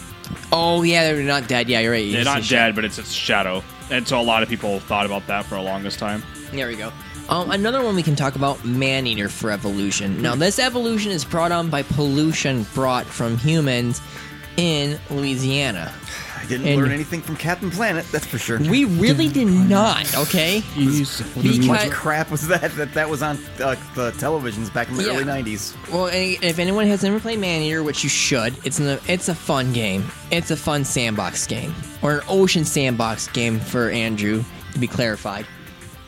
Oh yeah, they're not dead. Yeah, you're right. They're It's not just- dead, but it's its shadow, and so a lot of people thought about that for a longest time. There we go. Um, another one we can talk about Maneater for evolution. Now, this evolution is brought on by pollution brought from humans in Louisiana. I didn't And- learn anything from Captain Planet, that's for sure. We really did not, okay? How much Because- crap was that that that was on uh, the televisions back in the Yeah. early 90s? Well, and if anyone has never played Maneater, which you should, it's an, it's a fun game. It's a fun sandbox game or an ocean sandbox game for Andrew to be clarified.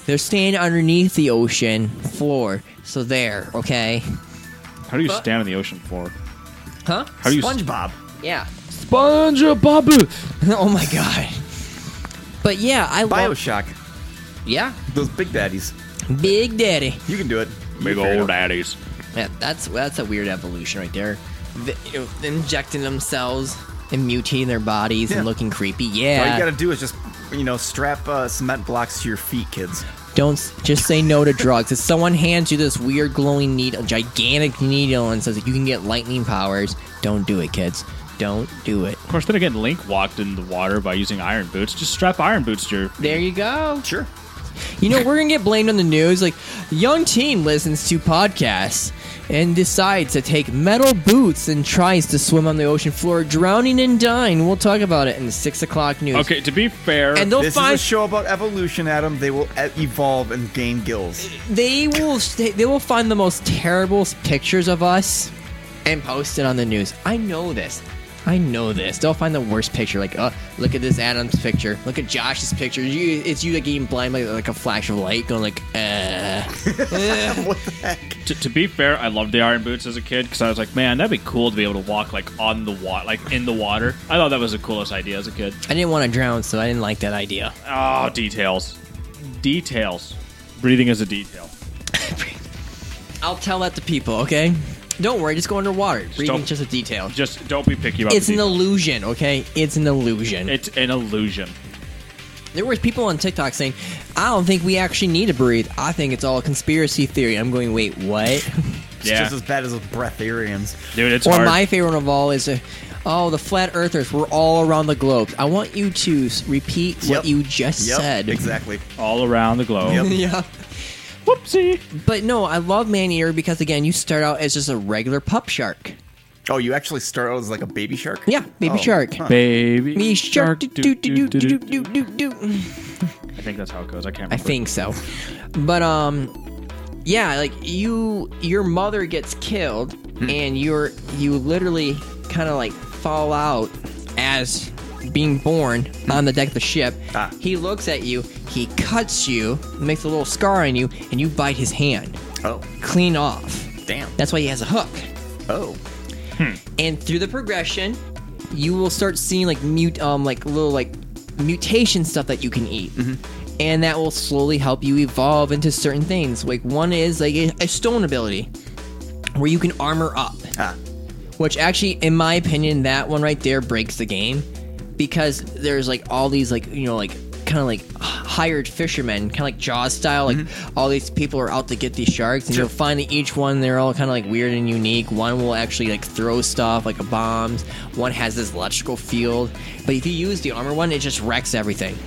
They're staying underneath the ocean floor, so there, okay? How do you stand on the ocean floor? Huh? How do you SpongeBob. Yeah. SpongeBob? *laughs* oh my god. But yeah, I love. Bioshock. Yeah, Those big daddies. Big Daddy. You can do it. Big You figure old it out. daddies. Yeah, that's that's a weird evolution right there. The, you know, injecting themselves and mutating their bodies Yeah. and looking creepy. All you Yeah. gotta do is just, you know, strap uh, cement blocks to your feet, kids. Don't s- just say no to drugs. If someone hands you this weird glowing needle, gigantic needle, and says that you can get lightning powers, don't do it, kids. Don't do it. Of course, then again, Link walked in the water by using iron boots. Just strap iron boots to your. There you go. Sure. You know, we're going to get blamed on the news. Like, young teen listens to podcasts and decides to take metal boots and tries to swim on the ocean floor, drowning and dying. We'll talk about it in the 6 o'clock news. Okay, to be fair, And they'll This find is a show about evolution, Adam. They will e- evolve and gain gills. *laughs* they will st- they will find the most terrible s- pictures of us and post it on the news. I know this. I know this. They'll find the worst picture. Like, uh, look at this Adam's picture. Look at Josh's picture. You, it's you like getting blind by like a flash of light, going like, uh. what the heck? to, to be fair, I loved the iron boots as a kid because I was like, man, that'd be cool to be able to walk like on the water, like in the water. I thought that was the coolest idea as a kid. I didn't want to drown, so I didn't like that idea. Oh, details, details. Breathing is a detail. I'll tell that to people. Okay, don't worry. Just go underwater. Reading don't- just a detail. Just don't be picky about. It's the an details. illusion. Okay, it's an illusion. It's an illusion. There were people on TikTok saying, "I don't think we actually need to breathe. I think it's all a conspiracy theory." I'm going, "Wait, what?" It's Yeah, just as bad as those breatharians. dude, it's or hard. my favorite one of all is, uh, "Oh, the flat earthers were all around the globe." I want you to s- repeat Yep. what you just Yep, said. exactly. all around the globe. Yep. *laughs* yeah. Whoopsie. But no, I love Maneater because again, you start out as just a regular pup shark. Oh, you actually start out as like a baby shark? Yeah, baby Oh, shark. huh. Baby Me shark. shark. Do, do, do, do, do, do, do, do, do. do, do. I think that's how it goes. I can't. I Remember. think so. But um yeah, like you your mother gets killed and you're you literally kind of like fall out as being born on the deck of the ship. Ah. He looks at you, he cuts you, makes a little scar on you and you bite his hand Oh, clean off. damn. That's why he has a hook. Oh. And through the progression, you will start seeing like mute, um, like little like mutation stuff that you can eat, and that will slowly help you evolve into certain things. Like one is like a, a stone ability, where you can armor up, Ah. which actually, in my opinion, that one right there breaks the game because there's like all these like you know like kind of like hired fishermen, kind of like Jaws style. Like Mm-hmm. all these people are out to get these sharks, and you'll find that each one they're all kind of like weird and unique. One will actually like throw stuff like a bombs. One has this electrical field, but if you use the armor one, it just wrecks everything.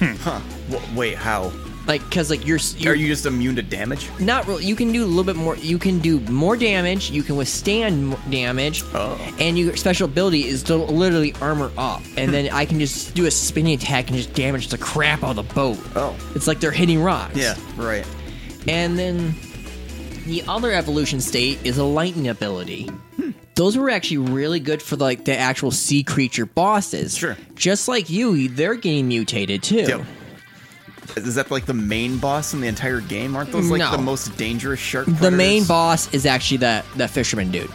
Huh. W- wait, how? Like because like you're, s- you're Are you just immune to damage? not really. You can do a little bit more. You can do more damage. You can withstand m- damage. Oh. And your special ability is to literally armor up, Hmm. and then I can just do a spinning attack and just damage the crap out of the boat. Oh. It's like they're hitting rocks. Yeah, right. And then the other evolution state is a lightning ability. Hmm. Those were actually really good for like the actual sea creature bosses. Sure. Just like you, they're getting mutated too. Yep. Is that like the main boss in the entire game? Aren't those like No. the most dangerous shark? The main predators? boss is actually that that fisherman dude.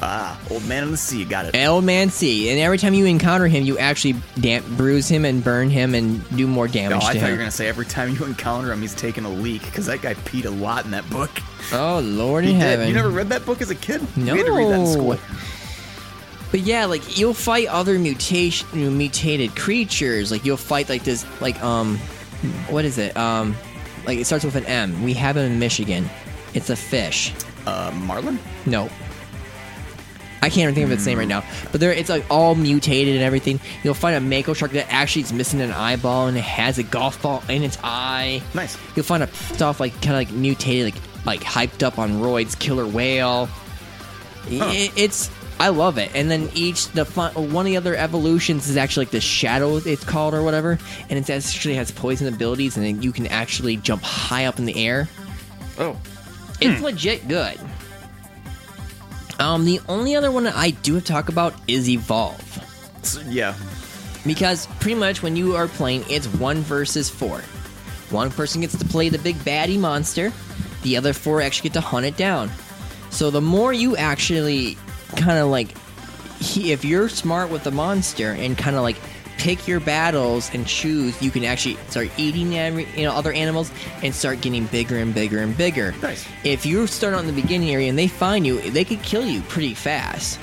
Ah, old man in the sea. Got it. El Mancy, and every time you encounter him, you actually damp- bruise him and burn him and do more Oh, damage I to thought you were him. gonna say every time you *laughs* encounter him, he's taking a leak because that guy peed a lot in that book. Oh Lord He in did. heaven! You never read that book as a kid? We had to read that in school. No. But yeah, like you'll fight other mutation you know, mutated creatures. Like you'll fight like this like um what is it? Um like it starts with an M. We have it in Michigan. It's a fish. Uh, Marlin? No. I can't even think of its Hmm. name right now. But there it's like all mutated and everything. You'll find a mako shark that actually is missing an eyeball and it has a golf ball in its eye. Nice. You'll find a stuff like kind of like mutated, like like hyped up on roids, killer whale. I- I- it's I love it. And then each the fun, one of the other evolutions is actually like the shadow it's called or whatever, and it actually has poison abilities, and then you can actually jump high up in the air. Oh, It's legit good. Um, the only other one that I do have to talk about is evolve so, yeah. because pretty much when you are playing, it's one versus four. One person gets to play the big baddie monster, the other four actually get to hunt it down. So the more you actually kind of like, he, if you're smart with the monster and kind of like pick your battles and choose, you can actually start eating every, you know, other animals and start getting bigger and bigger and bigger. Nice. If you start on the beginning area and they find you, they could kill you pretty fast.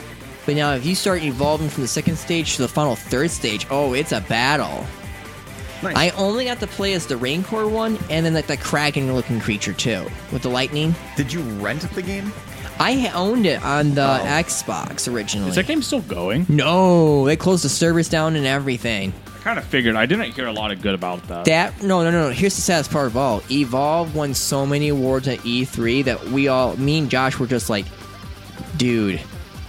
But now, if you start evolving from the second stage to the final third stage, oh, it's a battle. Nice. I only got to play as the Rancor one, and then like the Kraken looking creature too, with the lightning. Did you rent the game? I ha- owned it on the Oh. Xbox originally. Is that game still going? no, they closed the servers down and everything. I kind of figured. I didn't hear a lot of good about that. That no, no, no, no. Here's the saddest part of all: Evolve won so many awards at E3 that we all, me and Josh, were just like, "Dude,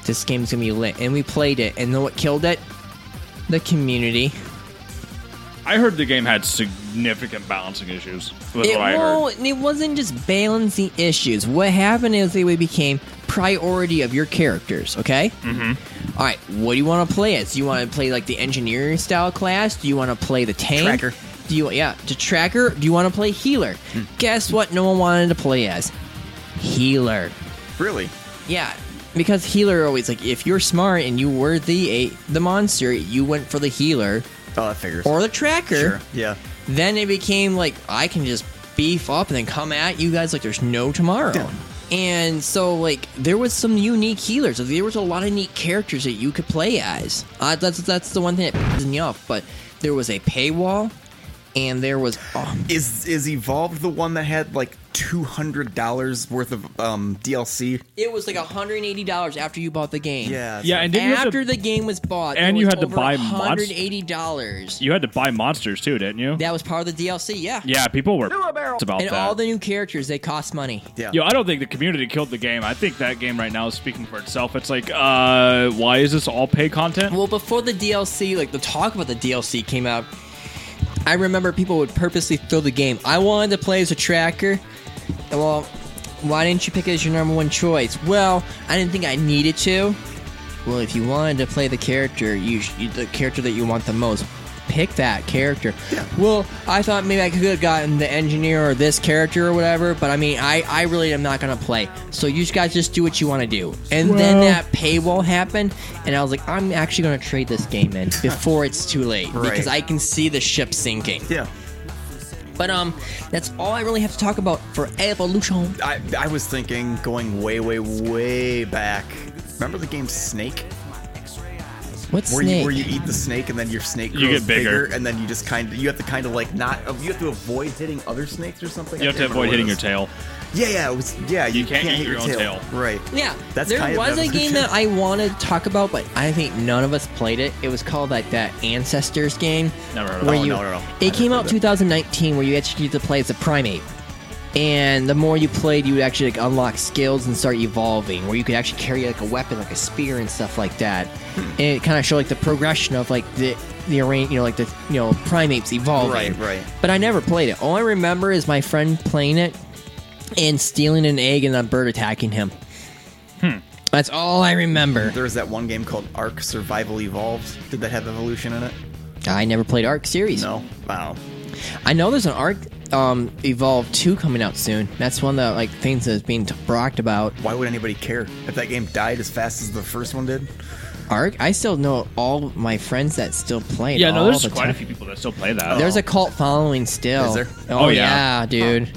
this game's gonna be lit." And we played it, and know what killed it? The community. I heard the game had significant balancing issues. Was It, what I heard. won't- it wasn't just balancing issues. What happened is they became priority of your characters, okay? Mm-hmm. All right, what do you want to play as? Do you want to play like the engineer style class? Do you want to play the tank? Tracker. Do you yeah, the tracker? Do you want to play healer? Guess what no one wanted to play as? Healer. Really? Yeah, because healer always like if you're smart and you were the a, the monster, you went for the healer Oh, that figures. or the tracker sure. Yeah. then it became like I can just beef up and then come at you guys like there's no tomorrow. Yeah. And so like there was some unique healers. There was a lot of neat characters that you could play as. Uh, that's that's the one thing that pisses me off. But there was a paywall, and there was oh, Is is Evolve the one that had like two hundred dollars worth of um DLC? it was like 180 dollars after you bought the game. Yeah. yeah, and didn't you have After to, the game was bought, and it you was had to over buy mods? 180 dollars. you had to buy monsters too, didn't you? That was part of the DLC. Yeah. Yeah, people were pissed about And that. all the new characters they cost money. Yeah. Yo, I don't think the community killed the game. I think that game right now is speaking for itself. It's like, uh, why is this all pay content? Well, before the DLC, like the talk about the DLC came out, I remember people would purposely throw the game. I wanted to play as a tracker. and, Well, why didn't you pick it as your number one choice? Well, I didn't think I needed to. Well, if you wanted to play the character, you, sh- you the character that you want the most, pick that character. Well, I thought maybe I could have gotten the engineer or this character or whatever, but I mean, I, I really am not gonna play. So you just guys just do what you want to do. And then Well- that paywall happened, and I was like, I'm actually gonna trade this game *laughs* in before it's too late Right. because I can see the ship sinking. Yeah. But um, that's all I really have to talk about for evolution. I I was thinking going way way way back. Remember the game Snake? What's where snake? you where you eat the snake and then your snake grows You get bigger. and then you just kind of you have to kind of like not you have to avoid hitting other snakes or something. You I have to can't remember avoid what it hitting your is. tail. Yeah, yeah, it was, yeah. You, can't eat hit your own tail. Right. Yeah, That's there kind of was a evolution. game *laughs* that I want to talk about, but I think none of us played it. It was called like that Ancestors game. Never heard of where it. Oh, you- no, no, no. I It came never out played it. 2019, where you actually get to play as a primate, and the more you played, you would actually like unlock skills and start evolving, where you could actually carry like a weapon, like a spear and stuff like that. Hmm. And it kind of showed like the progression of like the the arrange, you know, like the you know primates evolving. Right, right. But I never played it. All I remember is my friend playing it and stealing an egg and a bird attacking him. Hmm. That's all I remember. There was that one game called Ark Survival Evolved. Did that have evolution in it? I never played Arc series. No. Wow. I know there's an Arc um, Evolve 2 coming out soon. That's one of the like things that's being t- talked about. Why would anybody care if that game died as fast as the first one did? Arc, I still know all my friends that still play it. Yeah, no, all there's the quite a time. few people that still play that. There's a cult following still. Is there? Oh, Oh, yeah. yeah. dude.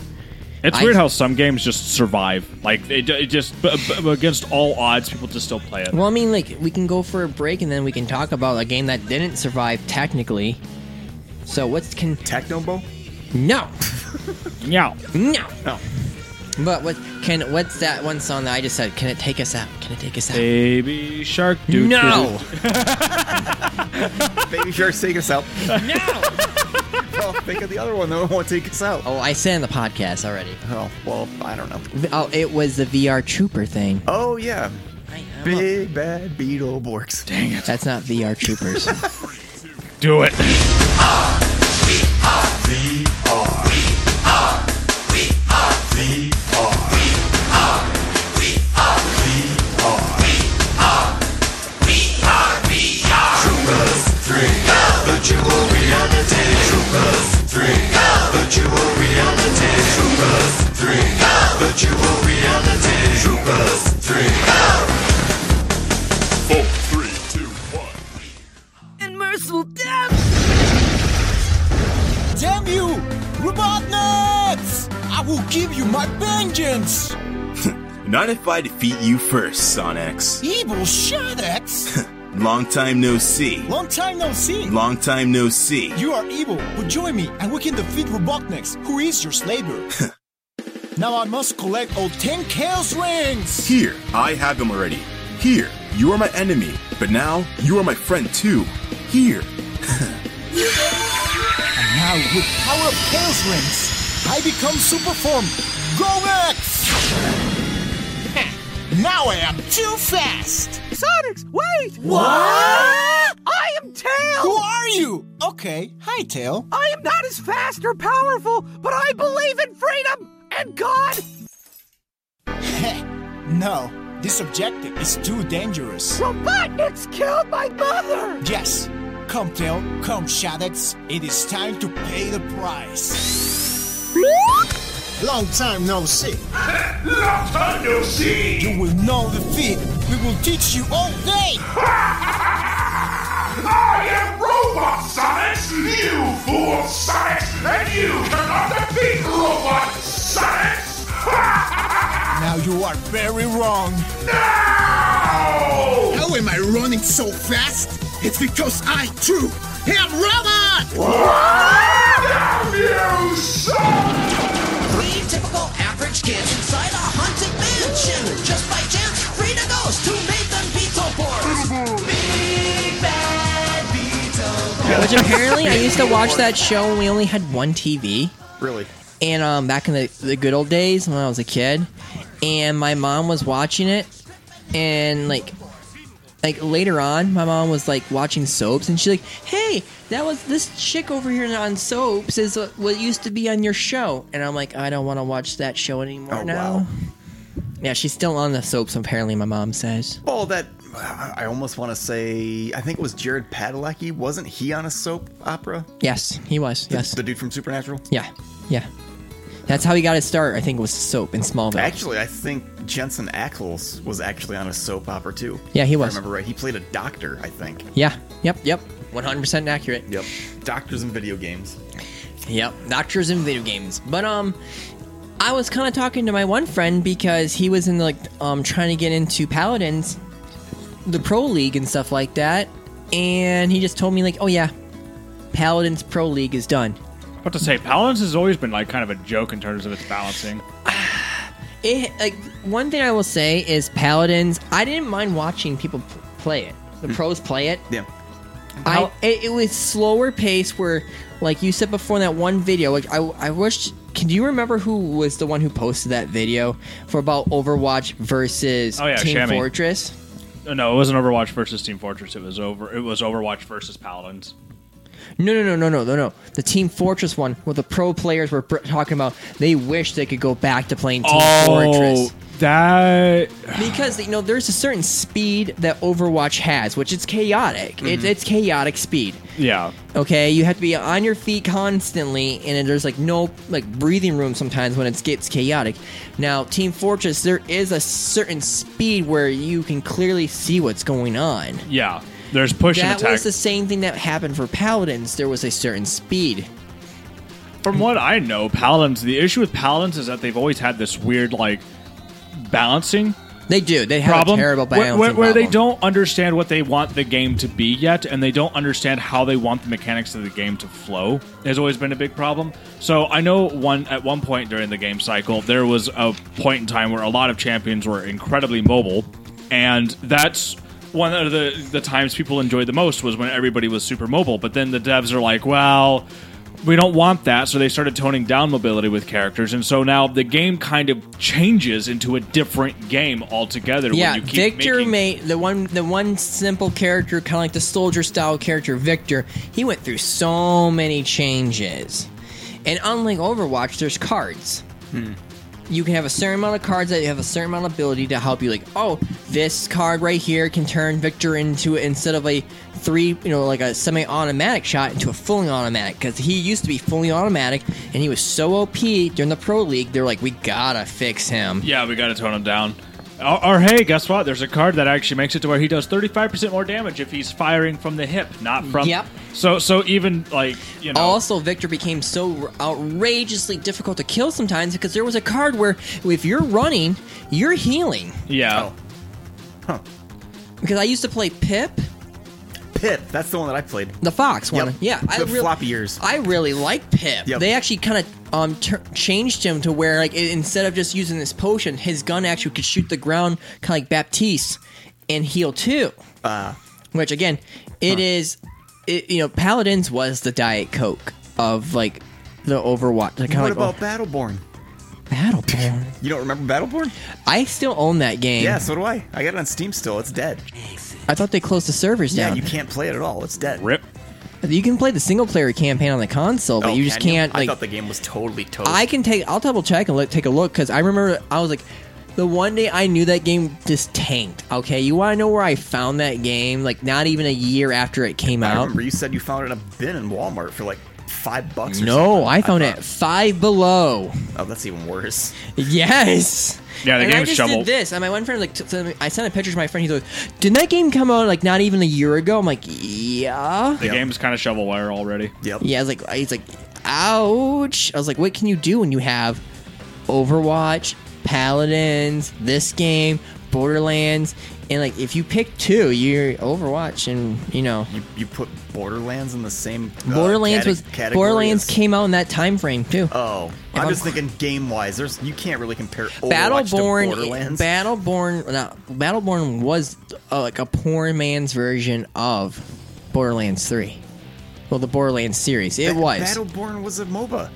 It's I- weird how some games just survive. Like it, it just b- b- against all odds, people just still play it. Well, I mean, like we can go for a break and then we can talk about a game that didn't survive technically. So what's can Technobo? no Yeah. no. No. But what can what's that one song that I just said? Can it take us out? Can it take us out? Baby shark dude. no, Baby Shark, take us out. no. *laughs* well, think of the other one that won't take us out. Oh, I said in the podcast already. Oh, well, I don't know. Oh, it was the VR Trooper thing. Oh, yeah. I know. Big Bad Beetleborgs. Dang it. That's not VR Troopers. Do it. But you will be on the dead troopers. Three. But you will be on the dead troopers. Three. But you will be on the dead troopers. Three. Four, three, two, one. and merciful death. Damn you, Robotnuts! I will give you my vengeance! Not if I defeat you first, Sonics. Evil Shadex! Long time no see. Long time no see! Long time no see. You are evil, but join me and we can defeat Robotnik, who is your slaver. now I must collect all 10 Chaos Rings! Here, I have them already. Here, you are my enemy, but now you are my friend too. Here, Now with power of Chaos Rings, I become Super Form Gorex! *laughs* now I am too fast! Sonics, wait! What? I am Tail! Who are you? Okay, hi Tail. I am not as fast or powerful, but I believe in freedom and God! Heh, *laughs* no, this objective is too dangerous. Robotnik's killed my mother! Yes, come Tail, come Shadex, it is time to pay the price. Long time no see. Long time no see. You will know defeat. We will teach you all day. I am Robot Sonics, you fool Sonics, and you cannot defeat Robot Sonics! Now you are very wrong. *laughs* Now! How am I running so fast? It's because I too am robot. Damn you, son! Three typical average kids inside a haunted mansion. Just by chance, free to ghost who made them Beetleborgs. Big bad *laughs* Beetleborgs. Which apparently I used to watch that show when we only had one TV. Really? And um, back in the, the good old days when I was a kid, and my mom was watching it, and like, like later on, my mom was like watching soaps, and she's like, "Hey, that was this chick over here on soaps is what- what used to be on your show," and I'm like, "I don't want to watch that show anymore Oh, now." wow. Yeah, she's still on the soaps. Apparently, my mom says. Well, that. I almost want to say. I think it was Jared Padalecki. Wasn't he on a soap opera? Yes, he was. Yes, The dude from Supernatural? yeah, yeah. That's how he got his start. I think was soap in Smallville. Actually, I think Jensen Ackles was actually on a soap opera too. Yeah, he If I was. remember right. He played a doctor, I think. yeah. Yep. Yep. 100% accurate. Yep. Doctors in video games. Yep, doctors and video games. But um, I was kind of talking to my one friend because he was in like um trying to get into Paladins, the pro league and stuff like that, and he just told me like, "Oh yeah, Paladins Pro League is done." But to say, Paladins has always been like kind of a joke in terms of its balancing. It like one thing I will say is Paladins. I didn't mind watching people p- play it. The pros play it. Yeah. I it, it was slower pace where, like you said before in that one video, like I I wish. Can you remember who was the one who posted that video for about Overwatch versus Oh, yeah, Team Shami. Fortress? Uh, No, it wasn't Overwatch versus Team Fortress. It was over. It was Overwatch versus Paladins. No, no, no, no, no, no, no. The Team Fortress one, where the pro players were br- talking about they wish they could go back to playing Team Fortress Oh, that because you know there's a certain speed that Overwatch has, which is chaotic. Mm-hmm. It, it's chaotic speed. yeah. Okay, you have to be on your feet constantly, and there's like no like breathing room sometimes when it gets chaotic. Now, Team Fortress, there is a certain speed where you can clearly see what's going on. Yeah. There's push and That attack. was the same thing that happened for Paladins. There was a certain speed. From what I know, Paladins, the issue with Paladins is that they've always had this weird, like, balancing They do. They have problem. a terrible where- balancing where, where they problem. don't understand what they want the game to be yet, and they don't understand how they want the mechanics of the game to flow has always been a big problem. So I know one at one point during the game cycle, there was a point in time where a lot of champions were incredibly mobile, and that's one of the the times people enjoyed the most was when everybody was super mobile. But then the devs are like, well. We don't want that, so they started toning down mobility with characters, and so now the game kind of changes into a different game altogether. when Yeah, you keep Victor making- made the one the one simple character, kind of like the soldier style character Victor. He went through so many changes, and unlike Overwatch, there's cards. Hmm. You can have a certain amount of cards that you have a certain amount of ability to help you. Like, oh, this card right here can turn Victor into instead of a three, you know, like a semi-automatic shot into a fully automatic because he used to be fully automatic and he was so OP during the pro league. They're like, we gotta fix him. Yeah, we got to tone him down. Or, or hey, guess what? There's a card that actually makes it to where he does 35% more damage if he's firing from the hip, not from. Yep. So so even like you know. Also, Victor became so outrageously difficult to kill sometimes because there was a card where if you're running, you're healing. Oh. yeah. Oh. Because I used to play Pip, Pip. That's the one that I played. the fox one. Yep. Yeah, I With real- floppy ears. I really like Pip. Yep. They actually kind of um tur changed him to where like i- instead of just using this potion, his gun actually could shoot the ground, kind of like Baptiste, and heal too. Uh, Which again, it is, it, you know, Paladins was the Diet Coke of like the Overwatch. Kind What of like, oh. about Battleborn? Battleborn? You don't remember Battleborn? I still own that game. Yeah, so do I. I got it on Steam still. It's dead. I thought they closed the servers Yeah, down. you you, can't play it at all. It's dead. Rip. can play the single player campaign on the console, but Oh, you just can can't. I Like, thought the game was totally toast. I can take. I'll double check and look, take a look because I remember I was like, the one day I knew that game just tanked. Okay, you want to know where I found that game? Like, not even a year after it came I out. remember you said you found it in a bin in Walmart for like five bucks. Or No, something. I found it thought- at Five Below. Oh, that's *laughs* even worse. Yes. Yeah, the and game I is just shovel. did this, and my one friend like, t- sent me- I sent a picture to my friend. He's like, "Didn't that game come out like not even a year ago?" I'm like, "Yeah." The Yep. game's kind of shovelware already. Yep. Yeah, I was like, he's like, ouch. I was like, what can you do when you have Overwatch, Paladins, this game, Borderlands, and like if you pick two, you're Overwatch, and you know, You, you put Borderlands in the same. uh, Borderlands cate- was category Borderlands as- came out in that time frame too. Oh, If I'm I'm just cr- thinking game wise. There's you can't really compare Overwatch Battleborn, to Borderlands. Battleborn, no, Battleborn was uh, like a poor man's version of Borderlands Three. Well, the Borderlands series, it Ba- was. Battleborn was a MOBA.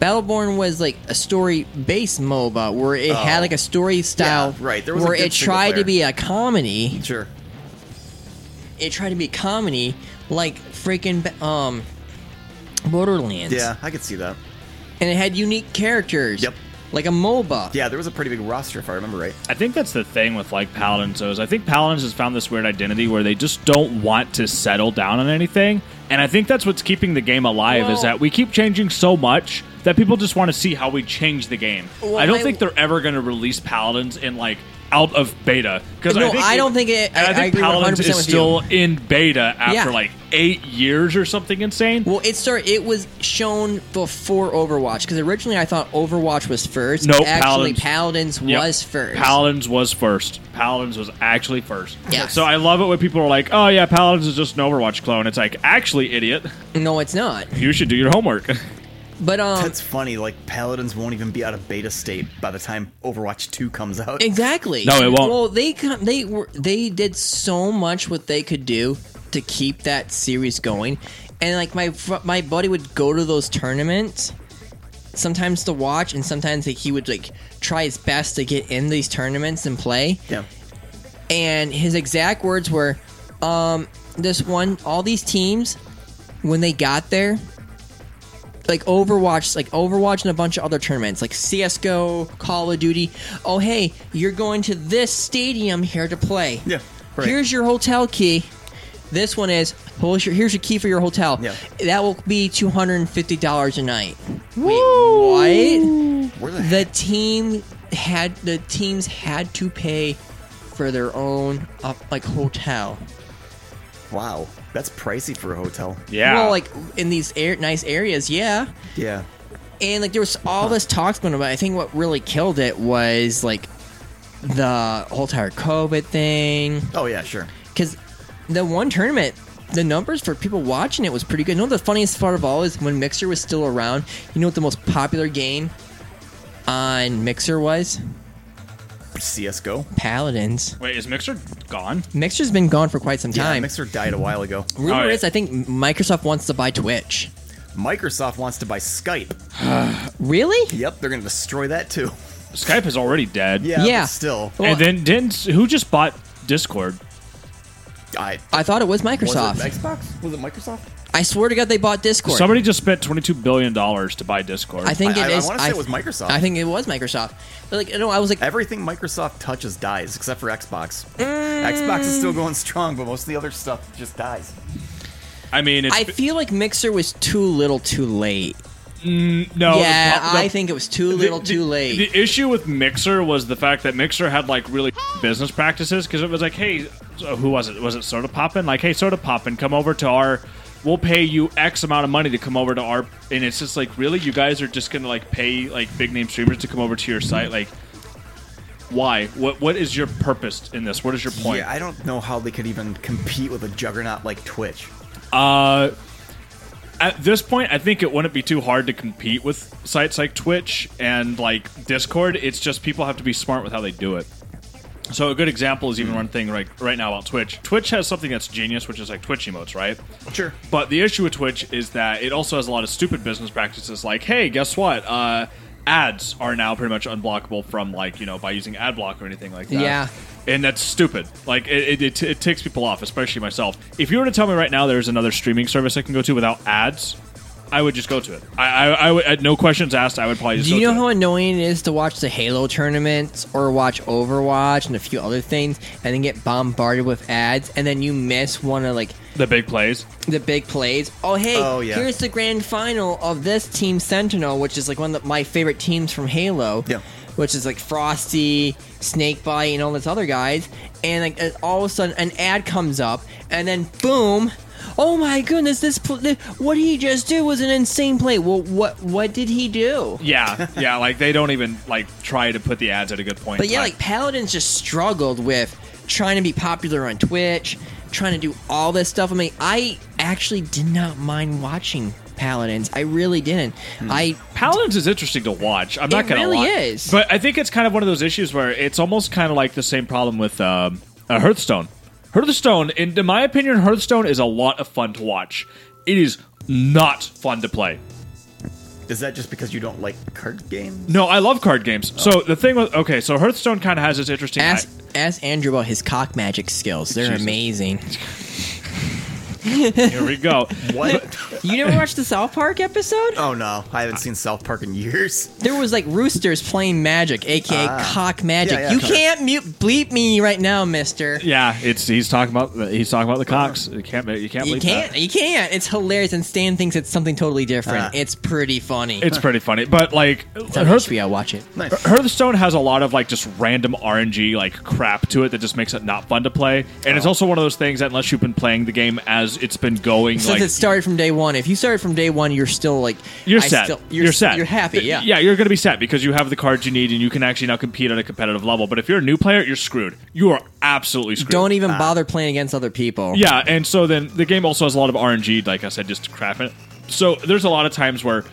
Battleborn was like a story-based MOBA where it had like a story style, Oh. Yeah, right. There was a where good it single tried player. to be a comedy. Sure. It tried to be a comedy like freaking ba- um Borderlands. Yeah, I could see that. and it had unique characters. Yep. like a MOBA. Yeah, there was a pretty big roster if I remember right. I think that's the thing with like Paladins. Is I think Paladins has found this weird identity where they just don't want to settle down on anything, and I think that's what's keeping the game alive. is Well- that we keep changing so much that people just want to see how we change the game. Well, I don't I- think they're ever going to release Paladins in like out of beta because No, I, think I it- don't think it- and I- I I think agree Paladins 100% is with still in beta after Yeah. like eight years or something insane. Well, it started. It was shown before Overwatch because originally I thought Overwatch was first. No, actually, Paladins. Paladins, Yep. was first. Paladins was first. Paladins was actually first. Yes. So I love it when people are like, "Oh yeah, Paladins is just an Overwatch clone." It's like, actually, idiot, no, it's not. you should do your homework. *laughs* But um, That's funny. Like Paladins won't even be out of beta state by the time Overwatch 2 comes out. Exactly. No, it won't. Well, they com- they were they did so much what they could do to keep that series going, and like my fr- my buddy would go to those tournaments sometimes to watch, and sometimes like, he would like try his best to get in these tournaments and play. *laughs* Yeah. And his exact words were, um, "This one, all these teams, when they got there." like Overwatch, like Overwatch and a bunch of other tournaments, like CS:GO, Call of Duty. Oh, hey, you're going to this stadium here to play. Yeah, right. Here's your hotel key. This one is here's your, here's your key for your hotel. Yeah. That will be two hundred and fifty dollars a night. Wait, Where the, what? The team had the teams had to pay for their own uh, like hotel. wow, that's pricey for a hotel. yeah. Well, like in these air, nice areas, yeah. Yeah. and like there was all this talk going about. it. I think what really killed it was like the whole entire COVID thing. Oh yeah, sure. Because the one tournament, the numbers for people watching it was pretty good. You know what the funniest part of all is when Mixer was still around. You know what the most popular game on Mixer was? CS:GO. Paladins. wait, is Mixer gone? Mixer's been gone for quite some Yeah, time. Mixer died a *laughs* while ago. Rumor All right. is, I think Microsoft wants to buy Twitch. Microsoft wants to buy Skype. Really? Yep, they're going to destroy that too. *laughs* Skype is already dead. Yeah, but Yeah. still. Well, and then didn't who just bought Discord? I I thought it was was it Microsoft. Xbox? Was it Microsoft? I swear to God, they bought Discord. Somebody just spent twenty two billion dollars to buy Discord. I think I- it I- I is. wanna say it was Microsoft. I think it was Microsoft. But like, you know, I was like, Everything Microsoft touches dies except for Xbox. Xbox is still going strong, but most of the other stuff just dies. I mean, it's, I feel like Mixer was too little, too late. no. Oh, the yeah, pro- the- I think it was too little, the- too the- late. The issue with Mixer was the fact that Mixer had like really business practices because it was like, hey, so who was it? Was it Soda Poppin? Like, hey, Soda Poppin, come over to our. We'll pay you X amount of money to come over to our. And it's just like, really, you guys are just gonna like pay like big name streamers to come over to your site? Like, why? What What is your purpose in this? What is your point? Yeah, I don't know how they could even compete with a juggernaut like Twitch. Uh, at this point, I think it wouldn't be too hard to compete with sites like Twitch and like Discord. It's just people have to be smart with how they do it. So a good example is even one thing right right now about Twitch. Twitch has something that's genius, which is like Twitch emotes, right? Sure. But the issue with Twitch is that it also has a lot of stupid business practices like, hey, guess what? Uh, ads are now pretty much unblockable from like, you know, by using ad block or anything like that. Yeah. And that's stupid. Like, it, it, it, it takes people off, especially myself. If you were to tell me right now there's another streaming service I can go to without ads, I would just go to it. I, I, I would, at no questions asked, I would probably just Do you go know to how it. annoying it is to watch the Halo tournaments or watch Overwatch and a few other things and then get bombarded with ads and then you miss one of like the big plays. the big plays. Oh hey, Oh, yeah. here's the grand final of this team Sentinel, which is like one of the, my favorite teams from Halo. Yeah. Which is like Frosty, Snakebite, and all those other guys. And like uh, all of a sudden, an ad comes up, and then boom! Oh my goodness! This pl- th- what he just did was an insane play. Well, what what did he do? *laughs* Yeah, yeah. Like they don't even like try to put the ads at a good point. But in yeah, time. like Paladins just struggled with trying to be popular on Twitch, trying to do all this stuff. I mean, I actually did not mind watching Paladins. I really didn't. I Paladins is interesting to watch. I'm not It gonna really lie. is. But I think it's kind of one of those issues where it's almost kind of like the same problem with um, uh, Hearthstone. Hearthstone, in, in my opinion, Hearthstone is a lot of fun to watch. It is not fun to play. Is that just because you don't like card *laughs* games? No, I love card games. Oh. So the thing with okay, so Hearthstone kind of has this interesting. ask ask Andrew about his cock magic skills. They're amazing. Here *laughs* we go. What? You never watched the South Park episode? *laughs* oh no, I haven't seen South Park in years. *laughs* There was like roosters playing magic, aka cock magic. Yeah, yeah, you sure. can't mute bleep me right now, Mister. Yeah, it's he's talking about he's talking about the cocks. You can't you can't Uh-huh. You believe can't. that. You can't. It's hilarious, and Stan thinks it's something totally different. Ah. it's pretty funny. It's pretty funny, but like it's on Hearth- HBO. Watch it. Hearthstone has a lot of like just random RNG like crap to it that just makes it not fun to play, and Oh. it's also one of those things that unless you've been playing the game as it's been going, Since like it started from day one, if you started from day one, you're still like you're I set, still- you're, set, You're happy. Th- Yeah. yeah, you're gonna be set because you have the cards you need and you can actually now compete at a competitive level. But if you're a new player, you're screwed. You are absolutely screwed. Don't even bother playing against other people. Yeah, and so then the game also has a lot of RNG, like I said, just crap in it. So there's a lot of times where,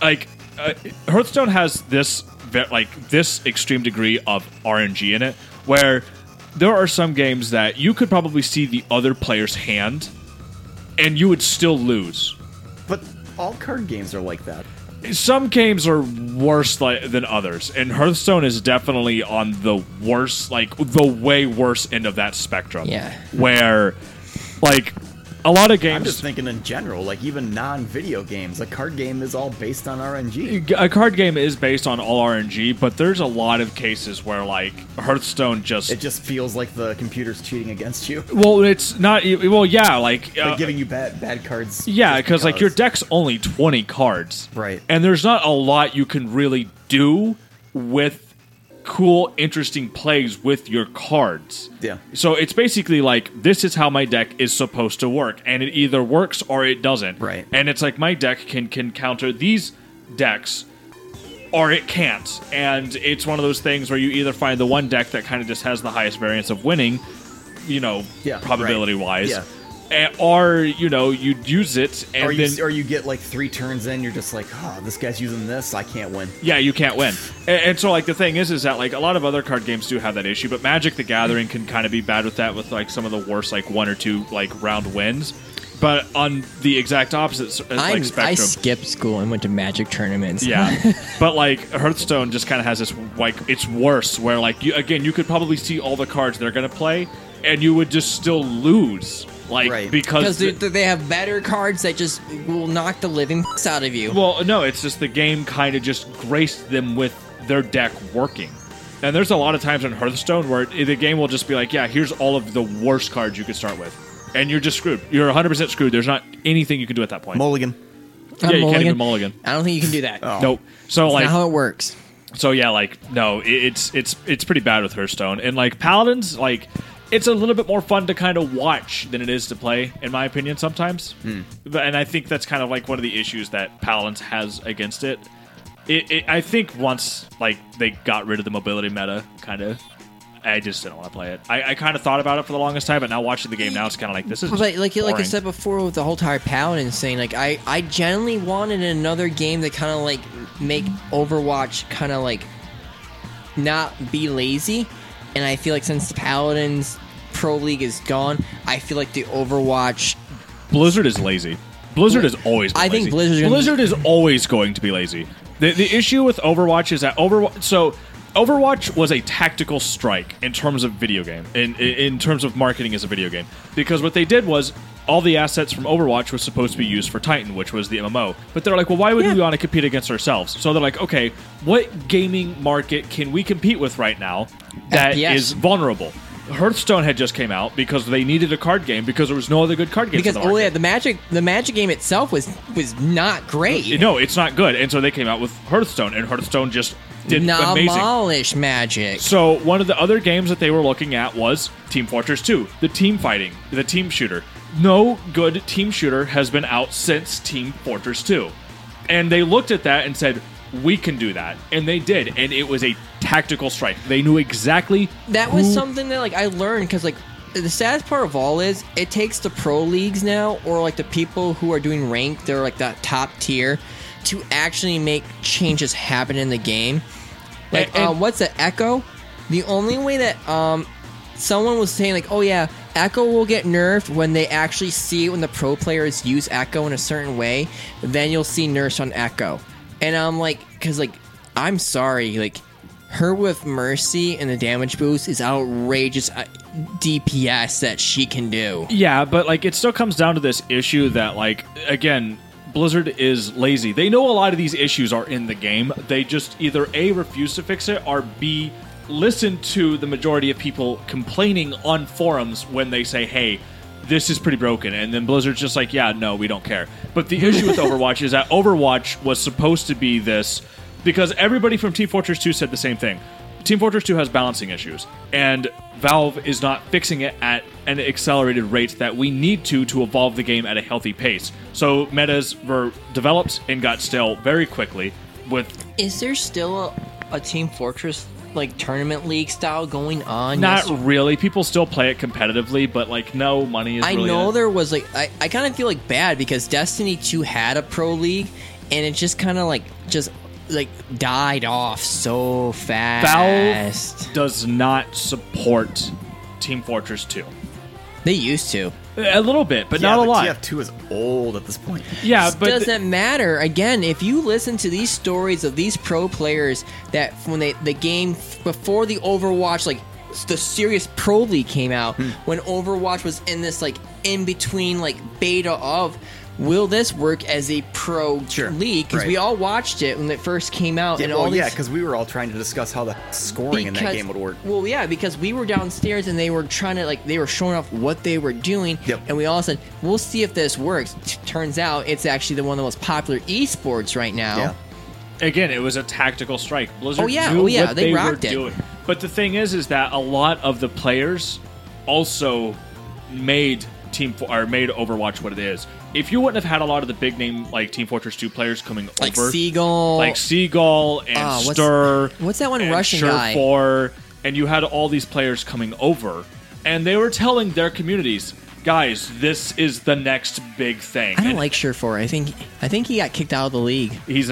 like, uh, Hearthstone has this ve- like this extreme degree of RNG in it, where there are some games that you could probably see the other player's hand, and you would still lose. But all card games are like that. Some games are worse like, than others, and Hearthstone is definitely on the worst, like the way worse end of that spectrum. Yeah. where like a lot of I'm just games, thinking in general, like even non-video games, a card game is all based on RNG. a card game is based on all RNG, but there's a lot of cases where like Hearthstone just, It just feels like the computer's cheating against you, *laughs* well, it's not e- well, yeah, like, uh, like giving you bad bad cards. yeah, just because like your deck's only twenty cards, Right. And there's not a lot you can really do with cool, interesting plays with your cards. Yeah. So it's basically like this is how my deck is supposed to work, and it either works or it doesn't. Right. And it's like my deck can can counter these decks or it can't. And it's one of those things where you either find the one deck that kind of just has the highest variance of winning, you know, Yeah, right. probability wise. Yeah. a- Or you know you use it and Or you, then or you get like three turns in, you're just like, oh, this guy's using this, I can't win. yeah, you can't win. And, and so like the thing is, is that like a lot of other card games do have that issue, but Magic the Gathering can kind of be bad with that, with like some of the worst like one or two like round wins. But on the exact opposite s- uh, I'm- like I spectrum, skipped school and went to magic tournaments. *laughs* yeah. but like Hearthstone just kind of has this like it's worse where like you again you could probably see all the cards they're gonna play and you would just still lose like Right. Because because they the- they have better cards that just will knock the living *laughs* out of you. Well, no, it's just the game kind of just graced them with their deck working. And there's a lot of times in Hearthstone where it, the game will just be like, yeah, here's all of the worst cards you could start with. And you're just screwed. You're 100% screwed. There's not anything you can do at that point. Mulligan. yeah, you can't even mulligan. I don't think you can do that. Nope. So That's like, not how it works. so yeah, like no, it, it's it's it's pretty bad with Hearthstone. And like Paladins, like it's a little bit more fun to kind of watch than it is to play, in my opinion, sometimes. But, and I think that's kind of like one of the issues that Paladins has against it. It, it. I think once like they got rid of the mobility meta, kind of. I just didn't want to play it. I, I kind of thought about it for the longest time, but now watching the game now, it's kind of like this is. But like, like, like I boring. said before with the whole entire paladin thing, like I, I generally wanted another game that kind of like make Overwatch kind of like not be lazy, and I feel like since the paladins pro league is gone, I feel like the Overwatch. Blizzard is lazy. Blizzard is always. been I think lazy. Blizzard's gonna be- Blizzard is always going to be lazy. The, the issue with Overwatch is that Overwatch. So Overwatch was a tactical strike in terms of video game, in in terms of marketing as a video game, because what they did was. All the assets from Overwatch was supposed to be used for Titan, which was the MMO. But they're like, well, why would we want to compete against ourselves? So they're like, okay, what gaming market can we compete with right now that is FPS. vulnerable? Hearthstone had just came out because they needed a card game because there was no other good card game. Because the oh market. yeah, the magic the magic game itself was was not great. No, it's not good. And so they came out with Hearthstone, and Hearthstone just did amazing. Demolish magic. So one of the other games that they were looking at was Team Fortress 2, the team fighting, the team shooter. No good team shooter has been out since Team Fortress 2. And they looked at that and said, we can do that. And they did. And it was a tactical strike. They knew exactly that was who- something that like I learned because like the saddest part of all is it takes the pro leagues now or like the people who are doing ranked they're like that top tier to actually make changes happen in the game. Like And- and- um, what's the Echo? The only way that um someone was saying like oh yeah Echo will get nerfed when they actually see when the pro players use Echo in a certain way then you'll see nerfs on Echo and I'm like because like I'm sorry like her with Mercy and the damage boost is outrageous uh, DPS that she can do. Yeah, but like it still comes down to this issue that like again, Blizzard is lazy. They know a lot of these issues are in the game. They just either A refuse to fix it or B listen to the majority of people complaining on forums when they say, "Hey, this is pretty broken." And then Blizzard's just like, "Yeah, no, we don't care." But the issue with Overwatch is that Overwatch was supposed to be this because everybody from Team Fortress 2 said the same thing. Team Fortress 2 has balancing issues, and Valve is not fixing it at an accelerated rate that we need to to evolve the game at a healthy pace. So metas were developed and got stale very quickly. With Is there still a, a Team Fortress like tournament league style going on? not Yes. really, people still play it competitively, but like no money is. I really in know it. there was like I, I kind of feel like bad because Destiny 2 had a pro league and it just kind of like just like died off so fast. Valve does not support Team Fortress 2. They used to. A little bit, but not a lot. TF2 is old at this point. Yeah, but doesn't th- matter. Again, if you listen to these stories of these pro players that when they the game before the Overwatch like the serious pro league came out Hmm. when Overwatch was in this like in between like beta of will this work as a pro league because right. we all watched it when it first came out Yeah, and well, all these yeah, because we were all trying to discuss how the scoring in that game would work. Well, yeah, because we were downstairs and they were trying to like they were showing off what they were doing, Yep. and we all said, "We'll see if this works." T- turns out it's actually the one of the most popular esports right now. Yeah. again, it was a tactical strike. Blizzard Oh, yeah. knew Oh, yeah. what They they, were rocked it. doing. But the thing is, is that a lot of the players also made Team Fo- or made Overwatch what it is. If you wouldn't have had a lot of the big name like Team Fortress Two players coming Like over, Seagull, like Seagull and Ah, what's- Stir. what's that one and Russian guy? Sherfor, and you had all these players coming over, and they were telling their communities, guys, this is the next big thing. I don't And like Surefour. I think I think he got kicked out of the league. he's.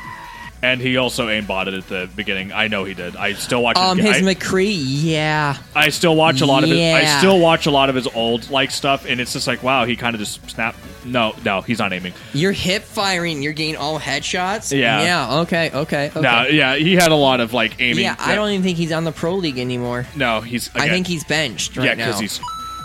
And he also aimbotted at the beginning. I know he did. I still watch. Um, his, his I, McCree, yeah, I still watch a lot of. His, I Yeah. still watch a lot of his old like stuff, and it's just like, wow, he kind of just snapped. No, no, he's not aiming. you're hip firing. You're getting all headshots. Yeah. yeah. Okay, okay, okay. No, yeah, he had a lot of like aiming. yeah, I don't even think he's on the pro league anymore. No, he's. I again, think he's benched Yeah, right now. because he's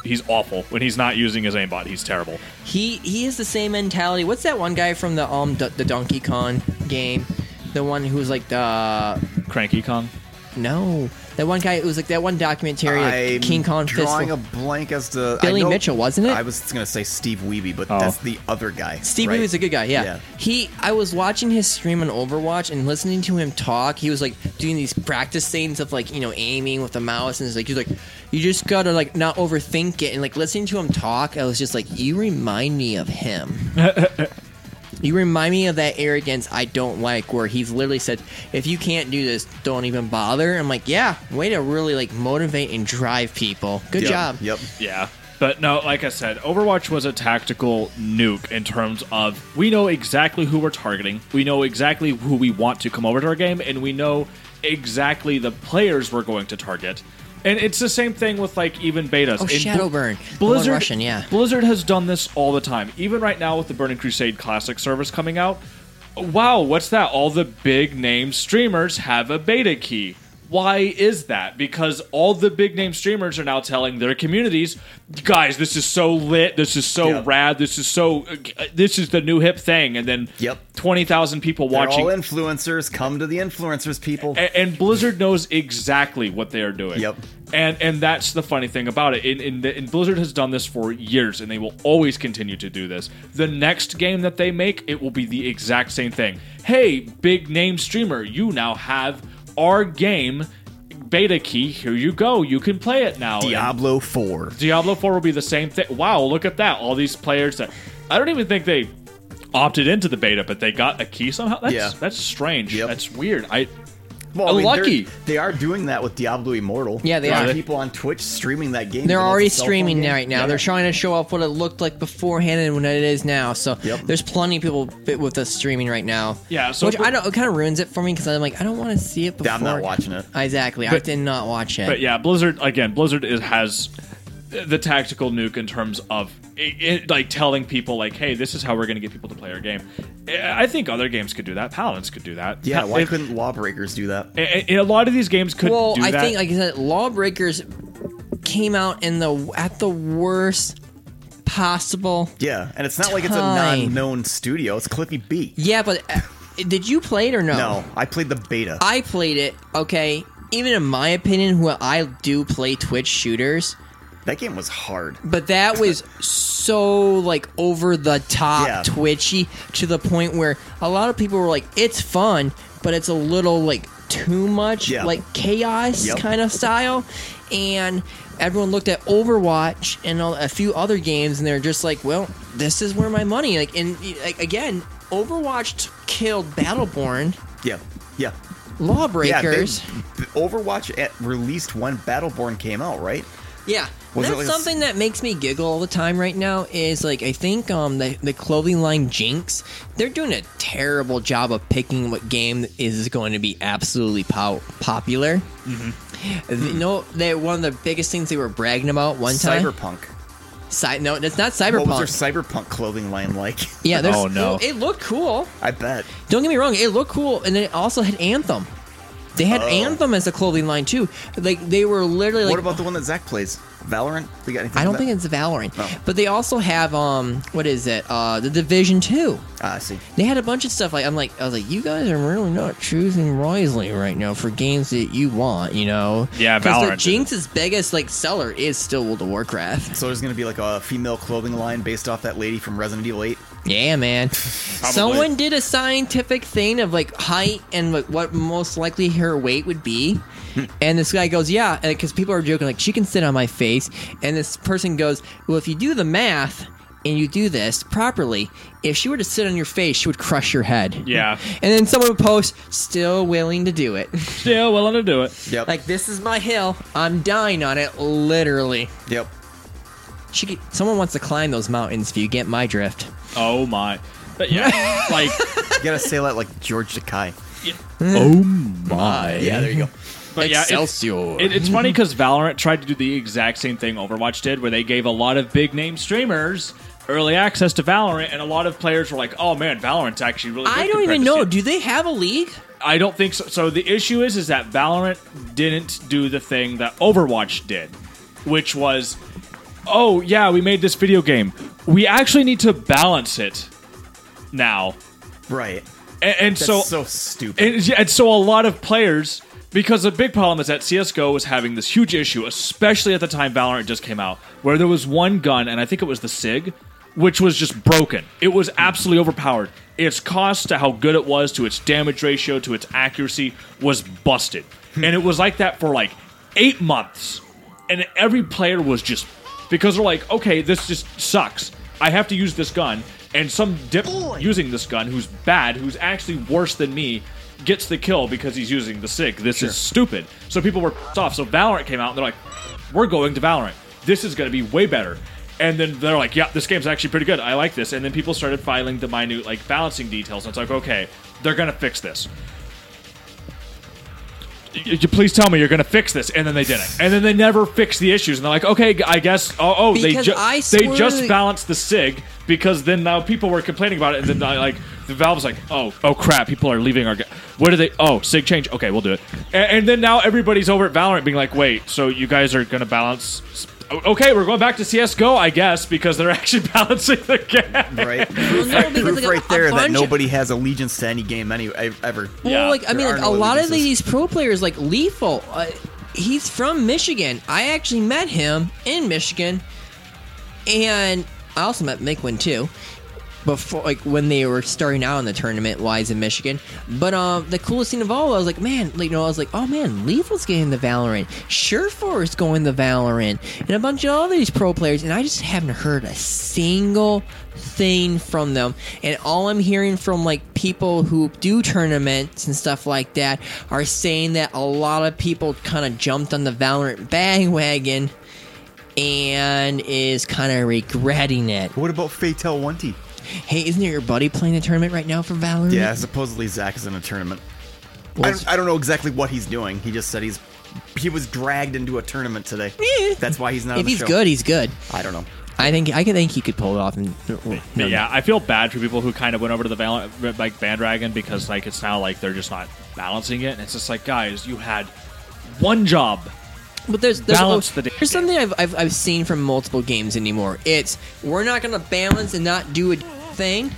he's awful when he's not using his aimbot. He's terrible. He he is the same mentality. What's that one guy from the um d- the Donkey Kong game? The one who was like the Cranky Kong. no, that one guy. It was like that one documentary, like I'm King Kong drawing Fistful. a blank as to I Billy know- Mitchell, wasn't it? I was going to say Steve Weeby, but Oh. that's the other guy. Steve right? was a good guy. Yeah. Yeah. he. I was watching his stream on Overwatch and listening to him talk. He was like doing these practice things of like you know aiming with the mouse and it's like he's like you just gotta like not overthink it and like listening to him talk. I was just like you remind me of him. You remind me of that arrogance I don't like, where he's literally said, "If you can't do this, don't even bother." I'm like, "Yeah, way to really like motivate and drive people. Good Yep, job." Yep. Yeah. But no, like I said, Overwatch was a tactical nuke in terms of we know exactly who we're targeting, we know exactly who we want to come over to our game, and we know exactly the players we're going to target. And it's the same thing with like even betas. Oh, In Bl- Shadowburn. The one Blizzard, Russian, yeah. Blizzard has done this all the time. Even right now with the Burning Crusade Classic service coming out, wow, what's that? All the big name streamers have a beta key. Why is that? Because all the big name streamers are now telling their communities, guys, this is so lit, this is so Yeah. rad, this is so, uh, this is the new hip thing. And then Yep. 20,000 people They're watching. all influencers. Come to the influencers, people. A- and Blizzard knows exactly what they are doing. Yep. And and that's the funny thing about it. In in, the, in Blizzard has done this for years, and they will always continue to do this. The next game that they make, it will be the exact same thing. Hey, big name streamer, you now have our game beta key. Here you go. You can play it now. And Diablo 4. Diablo 4 will be the same thing. Wow, look at that. All these players that I don't even think they opted into the beta, but they got a key somehow. That's Yeah. that's strange. Yep. That's weird. I Well, I mean, Unlucky. they're- They are doing that with Diablo Immortal. Yeah, they There are. people on Twitch streaming that game. They're because it's already a cell phone streaming game. right now. They're trying to show off what it looked like beforehand and what it is now. So Yep. there's plenty of people bit with us streaming right now. Yeah, so which for- I don't. It kind of ruins it for me because I'm like, I don't want to see it before. Yeah, I'm not watching it. Exactly. I did not watch it. But yeah, Blizzard again. Blizzard is has the tactical nuke in terms of it, it, like telling people like, hey, this is how we're going to get people to play our game. I I think other games could do that. Paladins could do that. Yeah, Pa- why if- couldn't lawbreakers do that? a, a- a lot of these games could well, do I that. think, like I said, Lawbreakers came out in the at the worst possible. Yeah, and it's not like it's a Time. non-known studio. It's Cliffy B. Yeah, but uh, did you play it or no? No, I played the beta. I played it. Okay, even in my opinion, who I do play Twitch shooters, that game was hard. but that was so like over the top Yeah. twitchy to the point where a lot of people were like, "It's fun, but it's a little like too much, Yeah. like chaos Yep. kind of style," and. Everyone looked at Overwatch and all- a few other games, and they're just like, "Well, this is where my money." Like, and like, again, Overwatch t- killed Battleborn, Yeah, yeah, yeah. they- Lawbreakers. th- Overwatch at released when Battleborn came out, right? Yeah. Was it That's like a s- something that makes me giggle all the time right now is like I think um the, the clothing line Jinx, they're doing a terrible job of picking what game is going to be absolutely po- popular. Mm-hmm. You know, they one of the biggest things they were bragging about one time. Cyberpunk. Cy- no, that's not What Cyberpunk. was their Cyberpunk clothing line like? yeah, there's, Oh, no. It looked cool. *laughs* I bet. Don't get me wrong, it looked cool, and it also had Anthem. They had Anthem as a clothing line too. Like they were literally like Oh. what about the one that Zach plays? Valorant? They got anything? I don't for think that? it's Valorant, No. but they also have um, what is it? Uh, the Division Two. Ah, I see. They had a bunch of stuff like I'm like I was like, you guys are really not choosing wisely right now for games that you want, you know? Yeah, because Valorant did. Jinx's biggest like seller is still World of Warcraft. So there's gonna be like a female clothing line based off that lady from Resident Evil 8. Yeah, man. Someone did a scientific thing of like height and like what most likely her weight would *laughs* be. And this guy goes, Yeah, because people are joking, like, she can sit on my face. And this person goes, Well, if you do the math and you do this properly, if she were to sit on your face, she would crush your head. Yeah. *laughs* And then someone would post, Still willing to do it. Still willing to do it. Yep. like, this is my hill. I'm dying on it, literally. yep. She could, someone wants to climb those mountains if you get my drift. Oh my. *laughs* But yeah, like You gotta say that like George Takai. oh my. Uh, Yeah, there you go. But yeah, it's, Excelsior. it, it's funny because Valorant tried to do the exact same thing Overwatch did, where they gave a lot of big name streamers early access to Valorant, and a lot of players were like, "Oh man, Valorant's actually really." Good I don't even compared to know. CS." Do they have a league? I don't think so. So the issue is, is that Valorant didn't do the thing that Overwatch did, which was, oh yeah, we made this video game. We actually need to balance it now, Right. and, and That's so so, stupid. and, and so a lot of players, because the big problem is that CSGO was having this huge issue, especially at the time Valorant just came out, where there was one gun, and I think it was the SIG, which was just broken. It was absolutely overpowered. Its cost to how good it was, to its damage ratio, to its accuracy was busted. and it was like that for like eight months. And every player was just because they're like, okay, this just sucks. I have to use this gun, and some dip using this gun who's bad, who's actually worse than me, gets the kill because he's using the sig. This is stupid. So people were pissed off. So Valorant came out, and they're like, we're going to Valorant. This is going to be way better. And then they're like, yeah, this game's actually pretty good. I like this. And then people started filing the minute like balancing details. And it's like, okay, they're going to fix this. Y- you please tell me you're going to fix this, and then they didn't, and then they never fixed the issues, and they're like, okay, g- I guess, oh, oh they Because ju- I they swear just that- balanced the sig because then now people were complaining about it, and then I, like the Valve's like, oh, oh crap, people are leaving our. Ga- what are they? Oh, sig change. Okay, we'll do it, and, and then now everybody's over at Valorant being like, wait, so you guys are going to balance? s- o- Okay, we're going back to CS:GO, I guess, because they're *laughs* actually balancing the game. right. *laughs* Well, no, because, Proof like, a- right a there that bunch- nobody has allegiance to any game any ev- ever. Well, Yeah, like I there mean, are like, no a lot of allegiances. these pro players, like Lethal, uh, he's from Michigan. I actually met him in Michigan, and I also met Micklin too. Before, like when they were starting out in the tournament wise in Michigan, but um, the coolest thing of all, I was like, man, like, you know, I was like, oh man, Lethal's getting the Valorant, Surefour is going the Valorant, and a bunch of all these pro players, and I just haven't heard a single thing from them. And all I'm hearing from like people who do tournaments and stuff like that are saying that a lot of people kind of jumped on the Valorant bandwagon and is kind of regretting it. What about Fatal 1T? Hey, isn't your buddy playing the tournament right now for Valorant? Yeah, supposedly Zach is in a tournament. I don't, I don't know exactly what he's doing. He just said he's he was dragged into a tournament today. Eh. That's why he's not. on If the he's show. good, he's good. I don't know. I think I could think he could pull it off. And But yeah, I feel bad for people who kind of went over to the val- like bandwagon because like it's now like they're just not balancing it. And it's just like, guys, you had one job. But there's there's, Balance the damn there's something I've, I've I've seen from multiple games anymore. It's we're not gonna balance and not do a thing,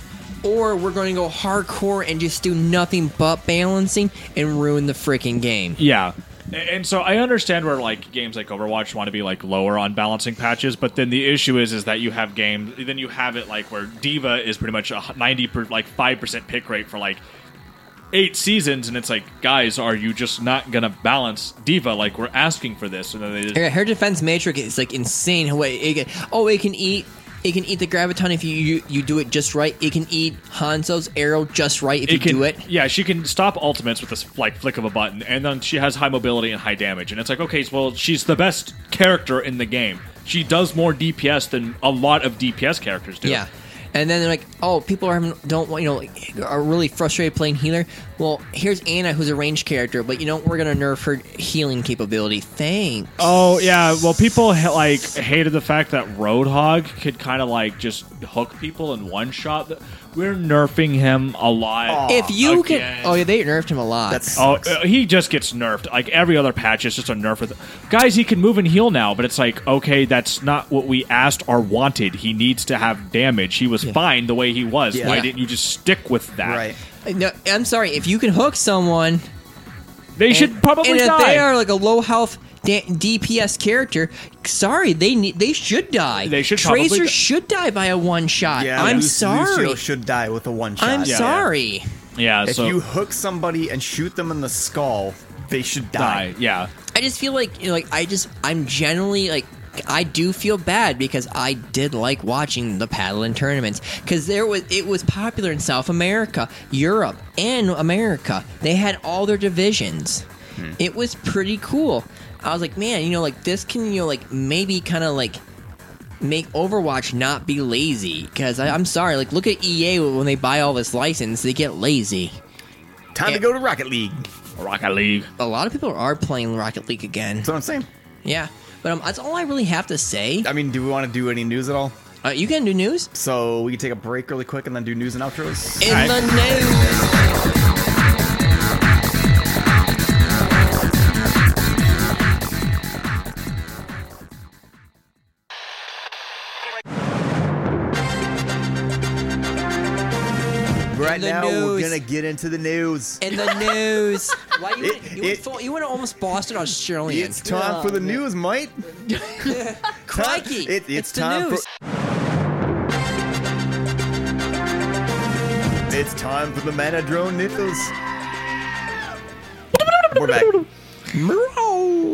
or we're going to go hardcore and just do nothing but balancing and ruin the freaking game. Yeah. A- And so I understand where like games like Overwatch want to be like lower on balancing patches, but then the issue is is that you have games, then you have it like where Diva is pretty much a h- ninety per, like five percent pick rate for like eight seasons, and it's like, guys, are you just not gonna balance Diva? Like we're asking for this, and then they just Her, her defense matrix is like insane. How it, it can, oh, it can eat. It can eat the graviton if you, you you do it just right. It can eat Hanzo's arrow just right if you can, do it. Yeah, she can stop ultimates with this like flick of a button, and then she has high mobility and high damage. And it's like, okay, well, she's the best character in the game. She does more DPS than a lot of DPS characters do. Yeah. And then they're like, oh, people are having, don't want, you know, like, are really frustrated playing healer. Well, here's Anna, who's a ranged character, but you know, we're going to nerf her healing capability. Thanks. Oh yeah, well people ha- like hated the fact that Roadhog could kind of like just hook people in one shot. We're nerfing him a lot. if you again. can. Oh, yeah, they nerfed him a lot. That's Oh, uh, he just gets nerfed. Like every other patch, it's just a nerf. With guys, he can move and heal now, but it's like, okay, that's not what we asked or wanted. He needs to have damage. He was fine the way he was. Yeah. Why Yeah. didn't you just stick with that? right. No, I'm sorry. If you can hook someone. They and- should probably And if die. they are like a low health da- DPS character, sorry, they need, they should die. They should probably Tracer die. should die by a one shot. Yeah, I'm Lu- sorry. Lucio should die with a one shot. I'm sorry. yeah, If so you hook somebody and shoot them in the skull, they should die. die. Yeah, I just feel like you know, like I just I'm generally like I do feel bad because I did like watching the paddling tournaments because there was it was popular in South America, Europe, and America. They had all their divisions. It was pretty cool. I was like, man, you know, like this can you know like maybe kind of like make Overwatch not be lazy because I'm sorry, like look at EA when they buy all this license, they get lazy. Time Yeah. to go to Rocket League. Rocket League. A lot of people are playing Rocket League again. That's what I'm saying. Yeah, but um, that's all I really have to say. I mean, do we want to do any news at all? Uh, you can do news So we can take a break really quick and then do news and outros. in the news. right the now, we're news. gonna get into the news. In the *laughs* news. Why you? It- you, went it- full- you went almost Boston Australian. It's time for the news, mate. Crikey! It- it's it's time the for- news. It's time for the Mana Drone News. We're back.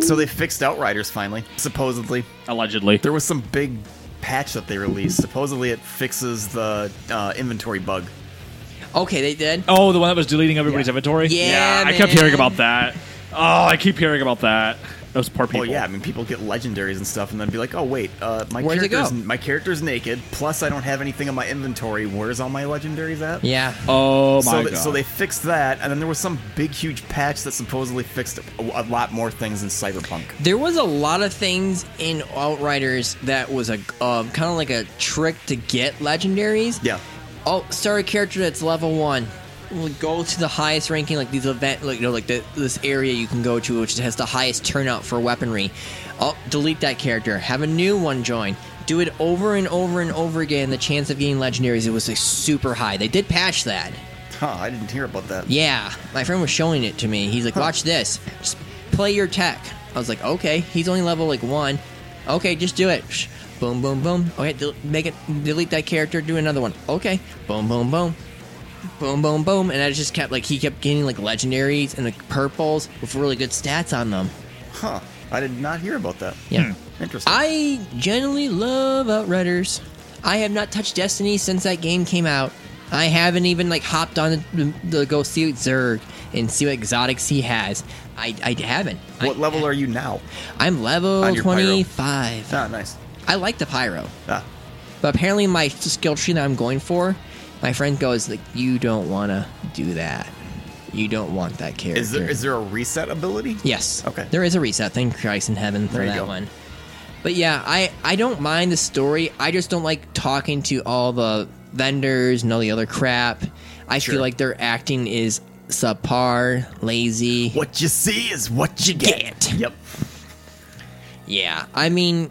So they fixed Outriders finally, supposedly. Allegedly, There was some big patch that they released. Supposedly it fixes the uh, inventory bug. okay, they did. Oh, the one that was deleting everybody's inventory. Yeah, I kept man. hearing about that. Oh, I keep hearing about that. Those poor people. Well, Oh, yeah, I mean, people get legendaries and stuff, and then be like, "Oh wait, uh, my Where'd it character's go? my character's naked. Plus, I don't have anything in my inventory. Where's all my legendaries at?" Yeah. Oh So, my th- god. so they fixed that, and then there was some big, huge patch that supposedly fixed a, a lot more things in Cyberpunk. There was a lot of things in Outriders that was a um, kind of like a trick to get legendaries. Yeah, Oh, start a character that's level one. Well, Go to the highest ranking, like these event, like you know, like the, this area you can go to, which has the highest turnout for weaponry. Oh, delete that character. Have a new one join. Do it over and over and over again. The chance of getting legendaries it was like, super high. They did patch that. huh? I didn't hear about that. Yeah, my friend was showing it to me. He's like, "Watch this. Just play your tech." I was like, "Okay." He's only level like one. Okay, just do it. Psh, Boom, boom, boom. Okay, del- make it delete that character. Do another one. Okay. Boom, boom, boom. Boom, boom, boom. And I just kept like he kept getting like legendaries and like purples with really good stats on them. Huh? I did not hear about that. Yeah. Interesting. I generally love Outriders. I have not touched Destiny since that game came out. I haven't even like hopped on the, the go see Zerg and see what exotics he has. I, I haven't. what level are you now? I, am level on your pyro? twenty five. Ah, nice. I like the pyro, Ah, but apparently my skill tree that I'm going for, my friend goes like, you don't want to do that. You don't want that character. Is there is there a reset ability? Yes. Okay. There is a reset. Thank Christ in heaven for There you that go. one. But yeah, I I don't mind the story. I just don't like talking to all the vendors and all the other crap. I feel Sure. like their acting is subpar, lazy. What you see is what you get. Get. Yep. Yeah, I mean,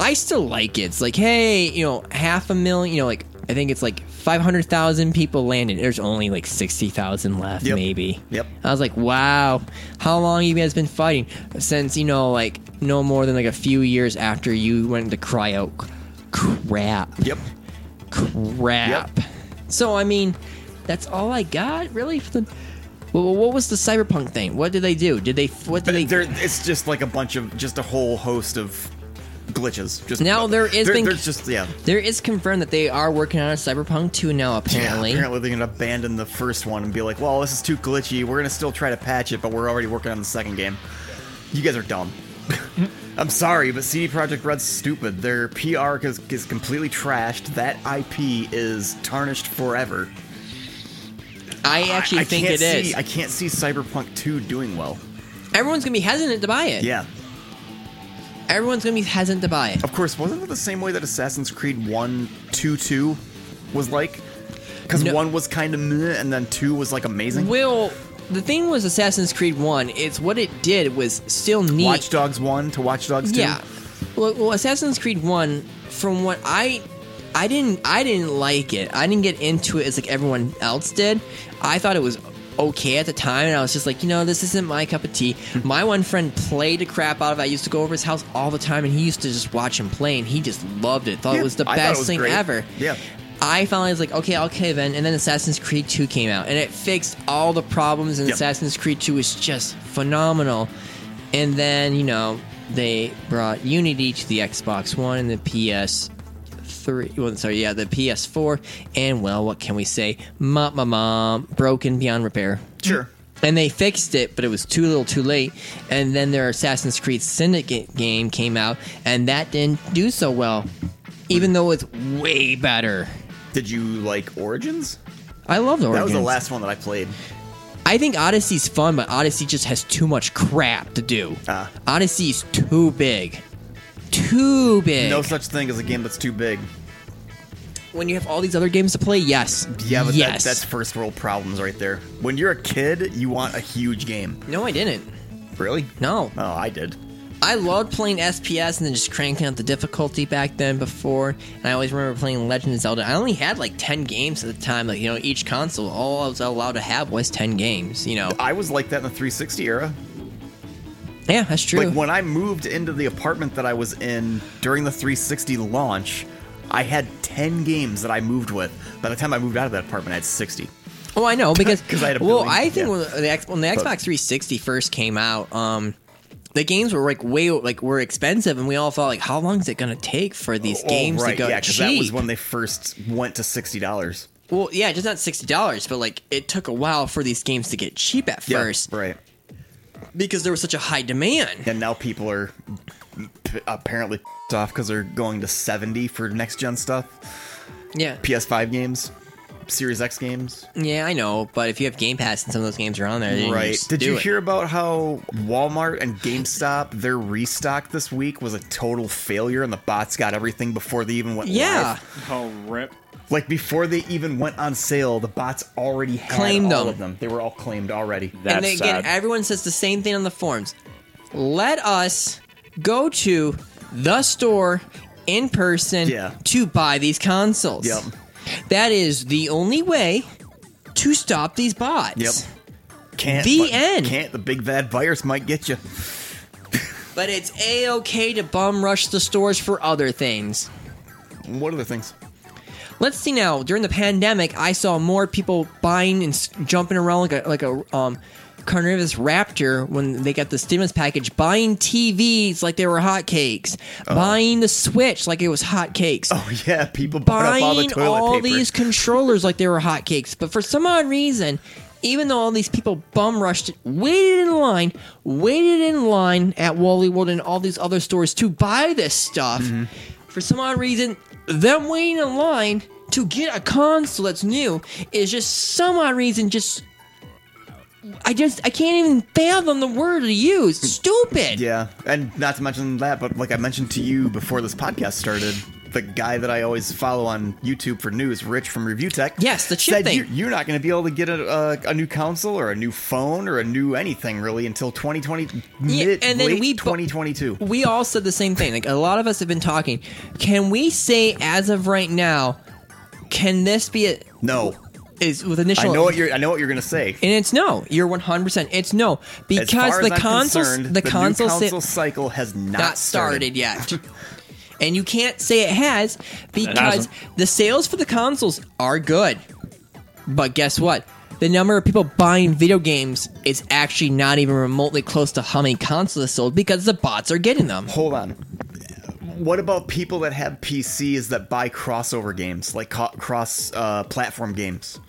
I still like it. It's like, hey, you know, half a million, you know, like I think it's like five hundred thousand people landed. There's only like sixty thousand left, Yep. maybe. Yep. I was like, wow, how long you guys been fighting since you know, like no more than like a few years after you went to cry out, crap, Yep. crap. So I mean, that's all I got really for the. Wha- wha- What was the cyberpunk thing? What did they do? Did they? What did they? But there, it's just like a bunch of just a whole host of glitches. Just Now there is there, been- there's just yeah. There is confirmed that they are working on a Cyberpunk 2 now, apparently. Yeah, apparently they're gonna abandon the first one and be like, "Well, this is too glitchy. We're gonna still try to patch it, but we're already working on the second game." You guys are dumb. *laughs* I'm sorry, but CD Projekt Red's stupid. Their PR is, is completely trashed. That IP is tarnished forever. I actually I think can't it see, is. I can't see Cyberpunk 2 doing well. Everyone's going to be hesitant to buy it. Yeah. Everyone's going to be hesitant to buy it. Of course, wasn't it the same way that Assassin's Creed 1, 2, 2 was like? Because No. 1 was kind of meh, and then 2 was like amazing. Well, the thing was Assassin's Creed 1, it's what it did was still neat. Watch Dogs 1 to Watch Dogs 2. Yeah. Well, well, Assassin's Creed One, from what I, I didn't, I didn't like it. I didn't get into it as like everyone else did. I thought it was okay at the time, and I was just like, you know, this isn't my cup of tea. Hmm. my one friend played the crap out of it. I used to go over his house all the time, and he used to just watch him play, and he just loved it. Thought Yeah, it was the I thought it best was thing great. ever. Yeah. I finally was like, okay, okay, then. And then Assassin's Creed 2 came out, and it fixed all the problems. And Yep. Assassin's Creed 2 is just phenomenal. And then, you know, they brought Unity to the Xbox One and the PS3. Well, sorry, yeah, the PS4. And, well, what can we say? Ma ma ma, broken beyond repair. Sure. And they fixed it, but it was too little too late. And then their Assassin's Creed Syndicate game came out, and that didn't do so well, even though it's way better. Did you like Origins? I love the That was the Origins. last one that I played. I think Odyssey's fun, but Odyssey just has too much crap to do. Ah. Odyssey's too big. Too big. No such thing as a game that's too big. when you have all these other games to play, yes. Yeah, but yes. that, that's first world problems right there. When you're a kid, you want a huge game. No, I didn't. Really? No. Oh, I did. I loved playing SPS and then just cranking up the difficulty back then before. And I always remember playing Legend of Zelda. I only had like 10 games at the time. Like, you know, each console, all I was allowed to have was 10 games, you know. I was like that in the 360 era. Yeah, that's true. Like when I moved into the apartment that I was in during the 360 launch, I had 10 games that I moved with. By the time I moved out of that apartment, I had 60. Oh, I know because *laughs* 'Cause I had a well, billion, I think yeah. when, the, X- when the Xbox 360 first came out, um, the games were like way like were expensive, and we all thought like, how long is it going to take for these games oh, right. to go yeah, cheap? that was when they first went to $60. well, yeah, just not sixty dollars, but like it took a while for these games to get cheap at Yeah, first right. because there was such a high demand. And now people are p- apparently pissed off because they're going to 70 for next gen stuff. Yeah, PS5 games, Series X games. yeah, I know, but if you have Game Pass and some of those games are on there, then you Right. just Did do you it. hear about how Walmart and GameStop, their restock this week was a total failure and the bots got everything before they even went Yeah, live? Oh, rip. Like before they even went on sale, the bots already had Claimed all them. of them. They were all claimed already. That's and then again, sad. everyone says the same thing on the forums. Let us go to the store in person Yeah. to buy these consoles. Yep. That is the only way to stop these bots. Yep. Can't The but- end. Can't the big bad virus might get you. But it's a okay to bum rush the stores for other things. What other things? *laughs* Let's see now. During the pandemic, I saw more people buying and s- jumping around like a like a um, carnivorous raptor when they got the stimulus package, buying TVs like they were hotcakes, buying the Switch like it was hotcakes, Oh yeah, people bought up buying all the toilet all paper. these controllers like they were hotcakes. But for some odd reason, even though all these people bum rushed it, waited in line, waited in line at Wally World and all these other stores to buy this stuff, Mm-hmm. for some odd reason, them waiting in line to get a console that's new is just some odd reason just I just I can't even fathom the word to use. Stupid. Yeah, and not to mention that, but like I mentioned to you before this podcast started, the guy that I always follow on YouTube for news, Rich from Review Tech, Yes, the chip said thing. You're, you're not going to be able to get a, a, a new console or a new phone or a new anything really until 2020, Yeah, mid, and then late we bo- 2022. We all said the same thing. Like a lot of us have been talking. Can we say as of right now? Can this be a No, is with I initial? know what you're. I know what you're going to say. and it's no. You're 100. percent It's no As because far the as I'm console concerned, the, console, new si- console cycle has not, not started yet. and you can't say it has because hasn't. the sales for the consoles are good. But guess what? The number of people buying video games is actually not even remotely close to how many consoles is sold because the bots are getting them. Hold on. What about people that have PCs that buy crossover games, like co- cross uh, platform games?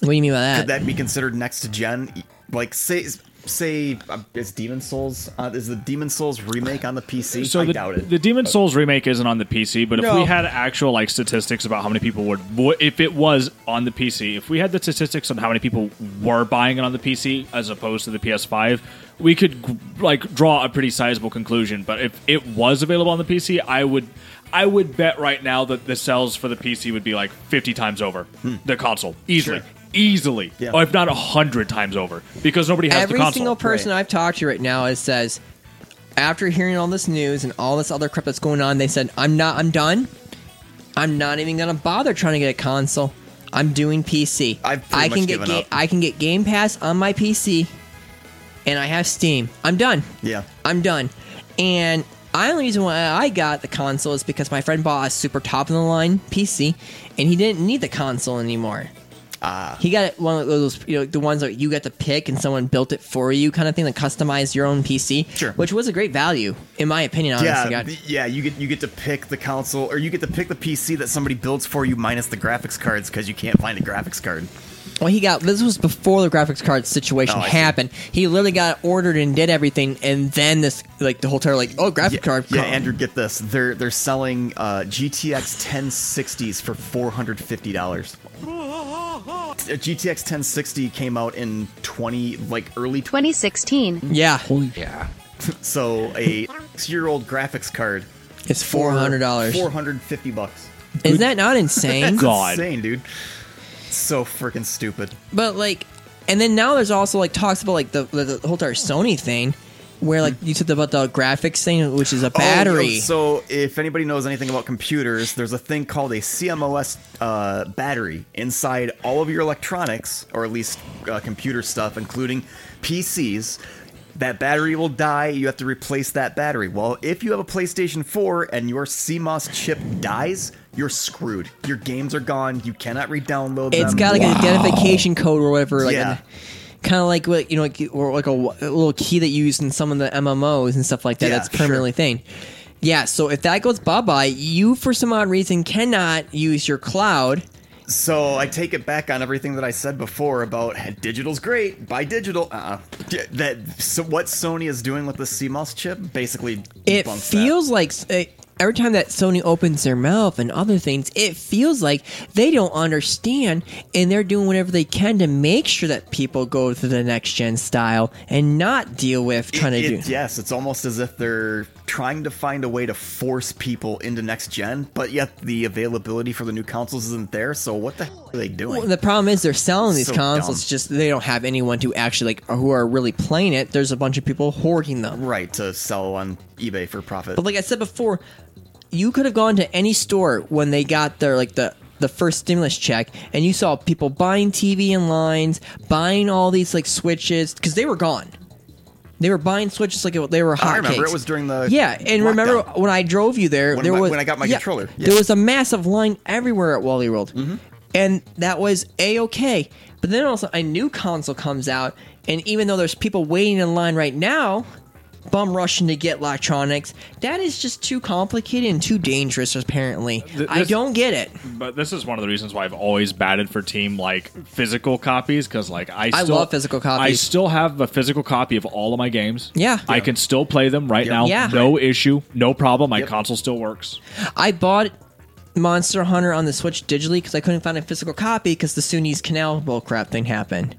What do you mean by that? Could that be considered next to gen? Like, say, say, uh, is Demon Souls uh, is the Demon Souls remake on the PC? So I the, doubt it. the Demon Souls remake isn't on the PC, but if No. we had actual like statistics about how many people would, wo- if it was on the PC, if we had the statistics on how many people were buying it on the PC as opposed to the PS5, we could g- like draw a pretty sizable conclusion. But if it was available on the PC, I would, I would bet right now that the sales for the PC would be like fifty times over the console easily. Hmm. Sure. Easily, Yeah. or if not a hundred times over, because nobody has Every the console. single person I've talked to right now is says, after hearing all this news and all this other crap that's going on, they said, "I'm not. I'm done. I'm not even gonna bother trying to get a console. I'm doing PC. I've pretty I can much get given ga- up." I can get Game Pass on my PC, and I have Steam. I'm done. yeah, I'm done. And I only reason why I got the console is because my friend bought a super top of the line PC, and he didn't need the console anymore. Ah. He got one of those, you know, the ones that you got to pick and someone built it for you, kind of thing, like customized your own PC. Sure. Which was a great value, in my opinion. Honestly, yeah, God. th- yeah. You get you get to pick the console, or you get to pick the PC that somebody builds for you, minus the graphics cards, because you can't find a graphics card. Well, he got this was before the graphics card situation Oh, I see. happened. He literally got it ordered and did everything, and then this, like, the whole terror, like, oh, graphic Yeah, card. yeah, come. Andrew, get this. They're they're selling uh, GTX 1060s for four hundred fifty dollars. Uh, GTX 1060 came out in 20 like early 20 2016. yeah, so a 6 year old graphics card it's four hundred dollars. 450 bucks Is that not *laughs* insane? *laughs* God. insane dude so freaking stupid But like, and then now there's also like talks about like the the, the whole entire Sony thing, where like you said about the graphics thing, which is a Oh, battery. yo, so if anybody knows anything about computers, there's a thing called a CMOS uh, battery inside all of your electronics, or at least uh, computer stuff, including PCs. That battery will die. You have to replace that battery. Well, if you have a PlayStation 4 and your CMOS chip dies, you're screwed. Your games are gone. You cannot re-download them. it's got like an identification code or whatever. Like Yeah. Kind of like what you know, like, or like a, wa- a little key that you use in some of the MMOs and stuff like that. Yeah, that's permanently sure. thing. Yeah. So if that goes bye bye, you for some odd reason cannot use your cloud. So I take it back on everything that I said before about "Hey, digital's great. Buy digital. Uh, that so what Sony is doing with the CMOS chip basically it debunks that. feels like s- uh, every time that Sony opens their mouth and other things, it feels like they don't understand and they're doing whatever they can to make sure that people go to the next gen style and not deal with trying It- to it- do. yes, it's almost as if they're trying to find a way to force people into next gen, but yet the availability for the new consoles isn't there. So what the hell are they doing? Well, the problem is they're selling these So consoles. dumb. Just they don't have anyone to actually like who are really playing it. There's a bunch of people hoarding them. right to sell on eBay for profit. But like I said before, you could have gone to any store when they got their like the the first stimulus check, and you saw people buying TV in lines, buying all these like switches because they were gone. They were buying switches like it- they were hotcakes. I remember it was during the yeah, and remember lockdown. when I drove you there? When there my- was when I got my yeah, controller, Mm-hmm. There yeah. was a massive line everywhere at Wally World, and that was a okay. But then also a new console comes out, and even though there's people waiting in line right now, bum rushing to get electronics. That is just too complicated and too dangerous, apparently. I this- don't get it. But this is one of the reasons why I've always batted for team like physical copies because like I I still, love physical copies. I still have a physical copy of all of my games. Yeah. I can still play them right now. Yeah. no issue, no problem. My console still works. I bought Monster Hunter on the Switch digitally because I couldn't find a physical copy because the Sunni's canal bull crap thing happened.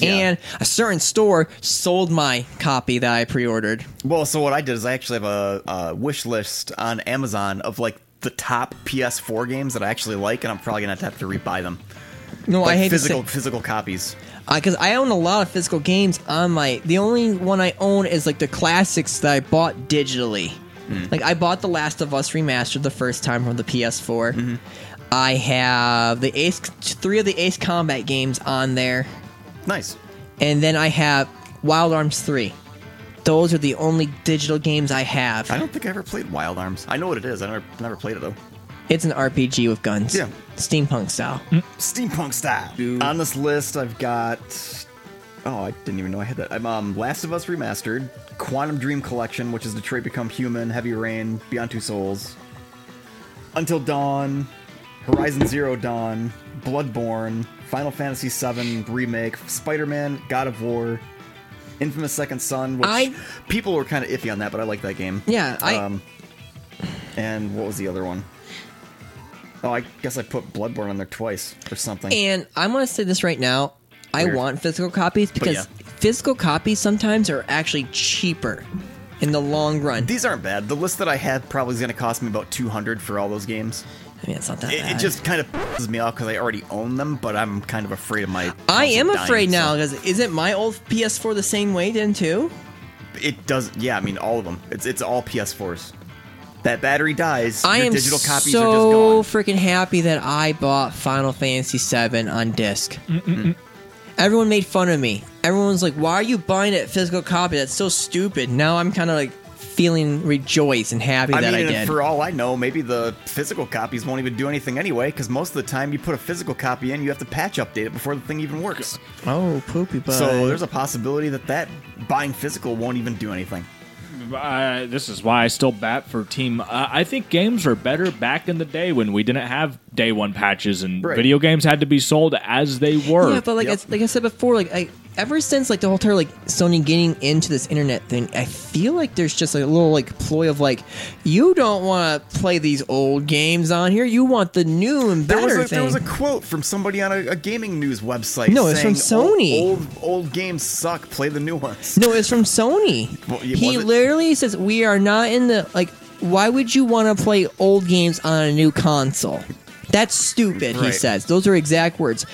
And a certain store sold my copy that I pre-ordered. Well, so what I did is I actually have a, a wish list on Amazon of like the top PS4 games that I actually like, and I'm probably gonna have to rebuy them. No, Like I hate physical to say physical copies. because Uh, I own a lot of physical games on my. The only one I own is like the classics that I bought digitally. Hmm. Like I bought The Last of Us remastered the first time from the PS4. Mm-hmm. I have the Ace three of the Ace Combat games on there. Nice. and then I have Wild Arms 3. Those are the only digital games I have. I don't think I ever played Wild Arms. I know what it is. I never never played it though. It's an RPG with guns. Yeah. Steampunk style. Steampunk style. On this list, I've got. Oh, I didn't even know I had that. I'm um, Last of Us Remastered, Quantum Dream Collection, which is Detroit Become Human, Heavy Rain, Beyond Two Souls, Until Dawn, Horizon Zero Dawn, Bloodborne, Final Fantasy VII Remake, Spider Man, God of War, Infamous Second Son, which I- people were kind of iffy on that, but I like that game. Um, Yeah, I- and what was the other one? Oh, I guess I put Bloodborne on there twice or something. And I'm going to say this right now. I Weird. want physical copies because yeah. physical copies sometimes are actually cheaper in the long run. These aren't bad. The list that I had probably is going to cost me about 200 for all those games. I mean, it's not that It, bad. it just kind of pisses me off because I already own them, but I'm kind of afraid of my. I am console dying, afraid so- now because isn't my old PS4 the same way then too? It does. Yeah, I mean, all of them. It's it's all PS4s. That battery dies. I your am digital copies so are just gone. freaking happy that I bought Final Fantasy VII on disk Everyone made fun of me. Everyone's like, "Why are you buying a physical copy? That's so stupid." Now I'm kind of like feeling rejoiced and happy I that mean, I and did. for all I know, maybe the physical copies won't even do anything anyway, because most of the time you put a physical copy in, you have to patch update it before the thing even works. oh, poopy butt. So there's a possibility that that buying physical won't even do anything. I, this is why I still bat for team. Uh, I think games were better back in the day when we didn't have day one patches and Right. video games had to be sold as they were. yeah, but like Yep. I, like I said before, like I ever since like the whole entire like Sony getting into this internet thing, I feel like there's just like, a little like ploy of like, you don't want to play these old games on here. You want the new and There better was, a, thing. there was a quote from somebody on a, a gaming news website. No, it's from saying, Sony. Old, old old games suck. Play the new ones. No, it's from Sony. Well, yeah, was he it- literally says we are not in the like. Why would you want to play old games on a new console? That's stupid. He Right. says those are exact words.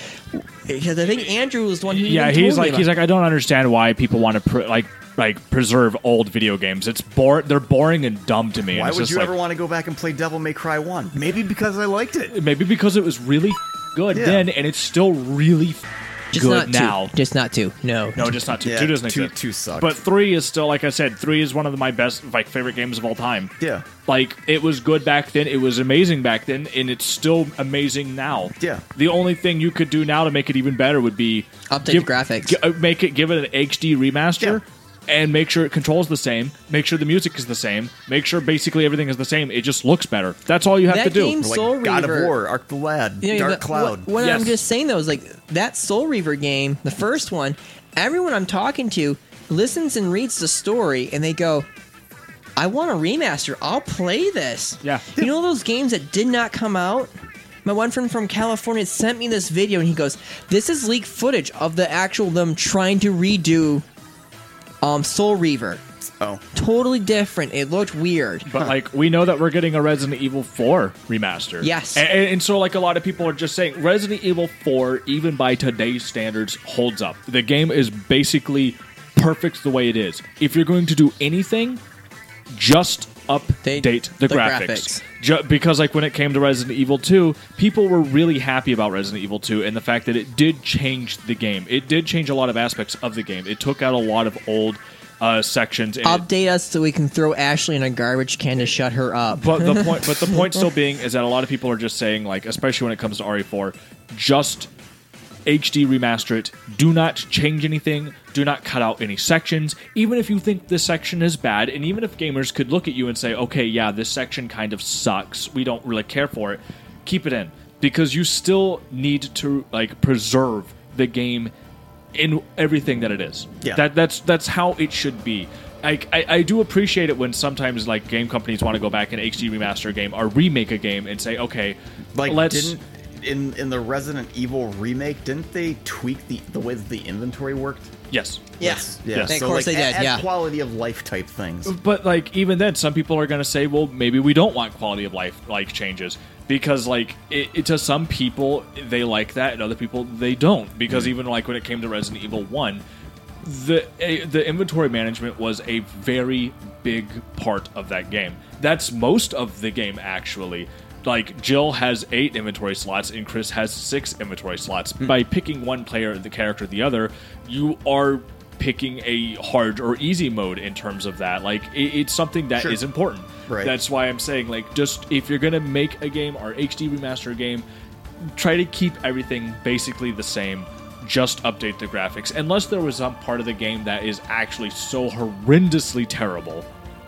Because I think Andrew was the one who yeah, even told he's me like about- he's like I don't understand why people want to pr- like like preserve old video games. It's bor- they're boring and dumb to me. and Why it's would just you like, ever want to go back and play Devil May Cry One? Maybe because I liked it. Maybe because it was really good Yeah. then, and it's still really just good not two. now. Just not two. No. No, just not two. Yeah, two doesn't two- exist. two sucked. But three is still, like I said, three is one of my best, like favorite games of all time. Yeah. like it was good back then. It was amazing back then, and it's still amazing now. Yeah. The only thing you could do now to make it even better would be Update the give- graphics. gi- uh, make it give it an HD remaster. And make sure it controls the same. Make sure the music is the same. Make sure basically everything is the same. It just looks better. That's all you have That to do. game Like Soul God Reaver. of War, Arc the Lad, You know, Dark but Cloud. What, what I'm Yes. just saying though is like that Soul Reaver game, the first one. Everyone I'm talking to listens and reads the story, and they go, "I want a remaster. I'll play this." Yeah. You know those games that did not come out. My one friend from California sent me this video, and he goes, "This is leaked footage of the actual them trying to redo, um, Soul Reaver. oh, Totally different. It looked weird." But like we know that we're getting a Resident Evil 4 remaster. Yes. A- a- And, so like a lot of people are just saying Resident Evil 4 even by today's standards holds up. The game is basically perfect the way it is. If you're going to do anything, just update the, the graphics. graphics. Ju- because like when it came to Resident Evil 2, people were really happy about Resident Evil 2 and the fact that it did change the game. It did change a lot of aspects of the game. It took out a lot of old uh, sections and it Update us so we can throw Ashley in a garbage can to shut her up. but the point, but the point still being is that a lot of people are just saying, like, especially when it comes to RE4, just HD remaster it. Do not change anything. Do not cut out any sections. Even if you think this section is bad, and even if gamers could look at you and say, okay, yeah, this section kind of sucks. We don't really care for it. Keep it in because you still need to like preserve the game in everything that it is. Yeah. That that's that's how it should be. I, I, I do appreciate it when sometimes like game companies want to go back and HD remaster a game or remake a game and say okay, like let's didn't in in the Resident Evil remake, didn't they tweak the the way that the inventory worked? Yes. Yes. Yeah, Of course like, they add- did. add Yeah. quality of life type things. But like even then, some people are going to say, "Well, maybe we don't want quality of life like changes because like it, it, to some people they like that, and other people they don't." Because even like when it came to Resident Evil One, the eh, the inventory management was a very big part of that game. That's most of the game actually. Like Jill has eight inventory slots and Chris has six inventory slots. Hmm. By picking one player, the character, the other, you are picking a hard or easy mode in terms of that. Like it, it's something that is Sure. important. Right. That's why I'm saying like just if you're gonna make a game or HD remaster a game, try to keep everything basically the same. Just update the graphics, unless there was some part of the game that is actually so horrendously terrible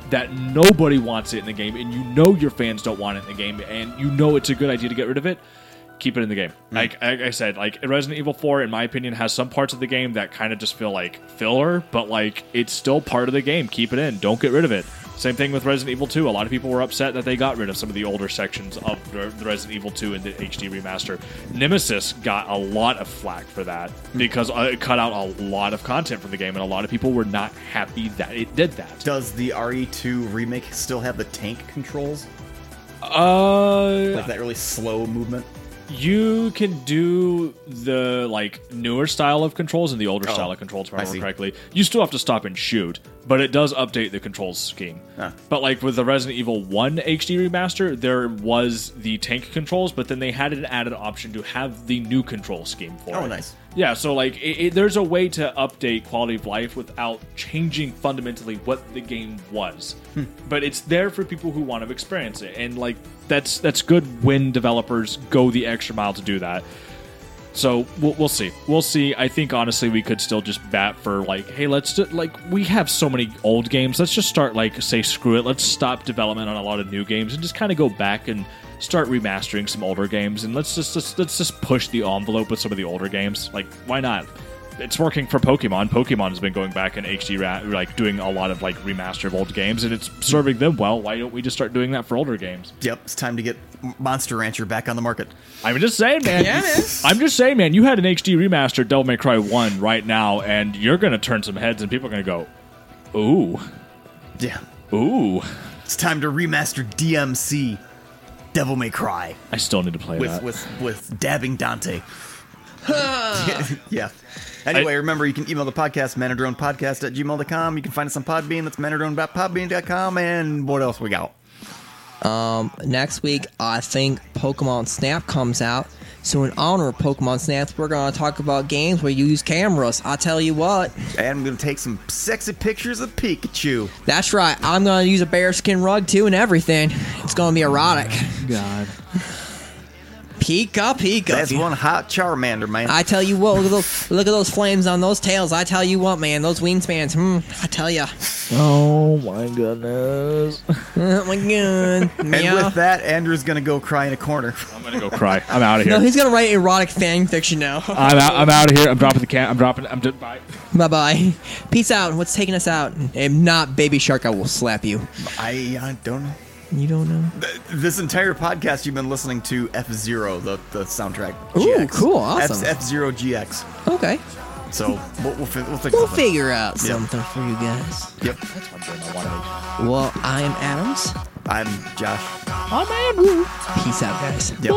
that nobody wants it in the game, and you know your fans don't want it in the game, and you know it's a good idea to get rid of it. Keep it in the game. Like, like I said, like Resident Evil 4, in my opinion, has some parts of the game that kind of just feel like filler, but like it's still part of the game. Keep it in. Don't get rid of it. Same thing with Resident Evil 2. A lot of people were upset that they got rid of some of the older sections of the the Resident Evil 2 and the HD remaster. Nemesis got a lot of flack for that because uh, it cut out a lot of content from the game, and a lot of people were not happy that it did that. Does the RE2 remake still have the tank controls? Uh, Like that really slow movement? you can do the like newer style of controls and the older Oh, style of controls, if I I remember see. correctly. You still have to stop and shoot, but it does update the controls scheme. Ah. But like with the Resident Evil One HD remaster, there was the tank controls, but then they had an added option to have the new control scheme for Oh, it. nice. Yeah, so like it, it, there's a way to update quality of life without changing fundamentally what the game was, Hmm. but it's there for people who want to experience it, and like that's that's good when developers go the extra mile to do that. So we'll, we'll see. We'll see. I think honestly, we could still just bat for like, hey, let's do, like we have so many old games. Let's just start like say screw it. Let's stop development on a lot of new games and just kind of go back and start remastering some older games. And let's just, just let's just push the envelope with some of the older games. Like why not? It's working for Pokemon. Pokemon has been going back and HD ra- like doing a lot of like remaster of old games, and it's serving them well. Why don't we just start doing that for older games? Yep, it's time to get Monster Rancher back on the market. I'm just saying, man. Yeah, man. I'm just saying, man. You had an HD remaster Devil May Cry One right now, and you're gonna turn some heads, and people are gonna go, "Ooh, Yeah. ooh." It's time to remaster DMC Devil May Cry I still need to play with that. with with dabbing Dante. *laughs* yeah. Anyway, I- remember you can email the podcast, manadronepodcast at gmail.com. You can find us on Podbean, that's manadrone.podbean.com, and what else we got? Next week, I think Pokemon Snap comes out. So, in honor of Pokemon Snap, we're going to talk about games where you use cameras. I tell you what. And I'm gonna take some sexy pictures of Pikachu. That's right. I'm going to use a bearskin rug too and everything. It's going to be erotic. God, Pika, Pika. That's one hot Charmander, man. I tell you what, look at those look at those flames on those tails. I tell you what, man, those wingspans. Hmm, I tell ya. *laughs* oh my goodness. Oh my god. and Meow. with that, Andrew's gonna go cry in a corner. I'm *laughs* gonna go cry. I'm out of no, here. he's gonna write erotic fan fiction now. *laughs* I'm out. I'm out of here. I'm dropping the cat. I'm dropping. I'm just. Bye. bye bye. Peace out. What's taking us out? If not, Baby Shark, I will slap you. I, I don't know. You don't know. This entire podcast, you've been listening to F Zero, the, the soundtrack. Ooh, GX. cool, awesome. F Zero GX. Okay, So we'll, we'll, fi- we'll think we'll something. figure out Yep. something for you guys. Yep. Well, I am Adams. I'm Josh. Peace out, guys. Yep.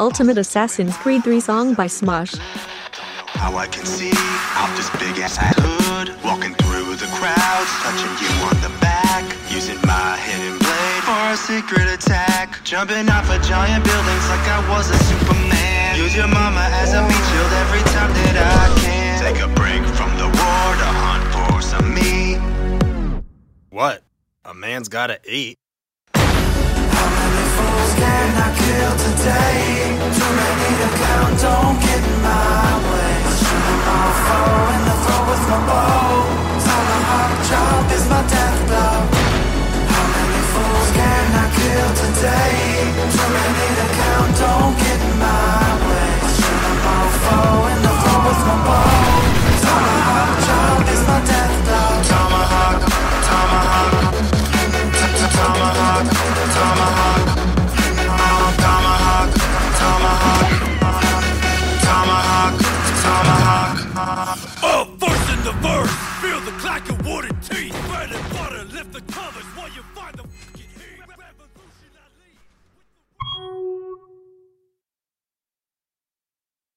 Ultimate Assassin's Creed 3 song by Smosh. How I can see out this big ass hood. Walking through the crowds, touching you on the back. Using my hidden blade for a secret attack. Jumping off of giant buildings like I was a Superman. Use your mama as a meat shield every time that I can. Take a break from the war to hunt for some meat. What? A man's gotta eat. Tomahawk, tomahawk, tomahawk, tomahawk. the f-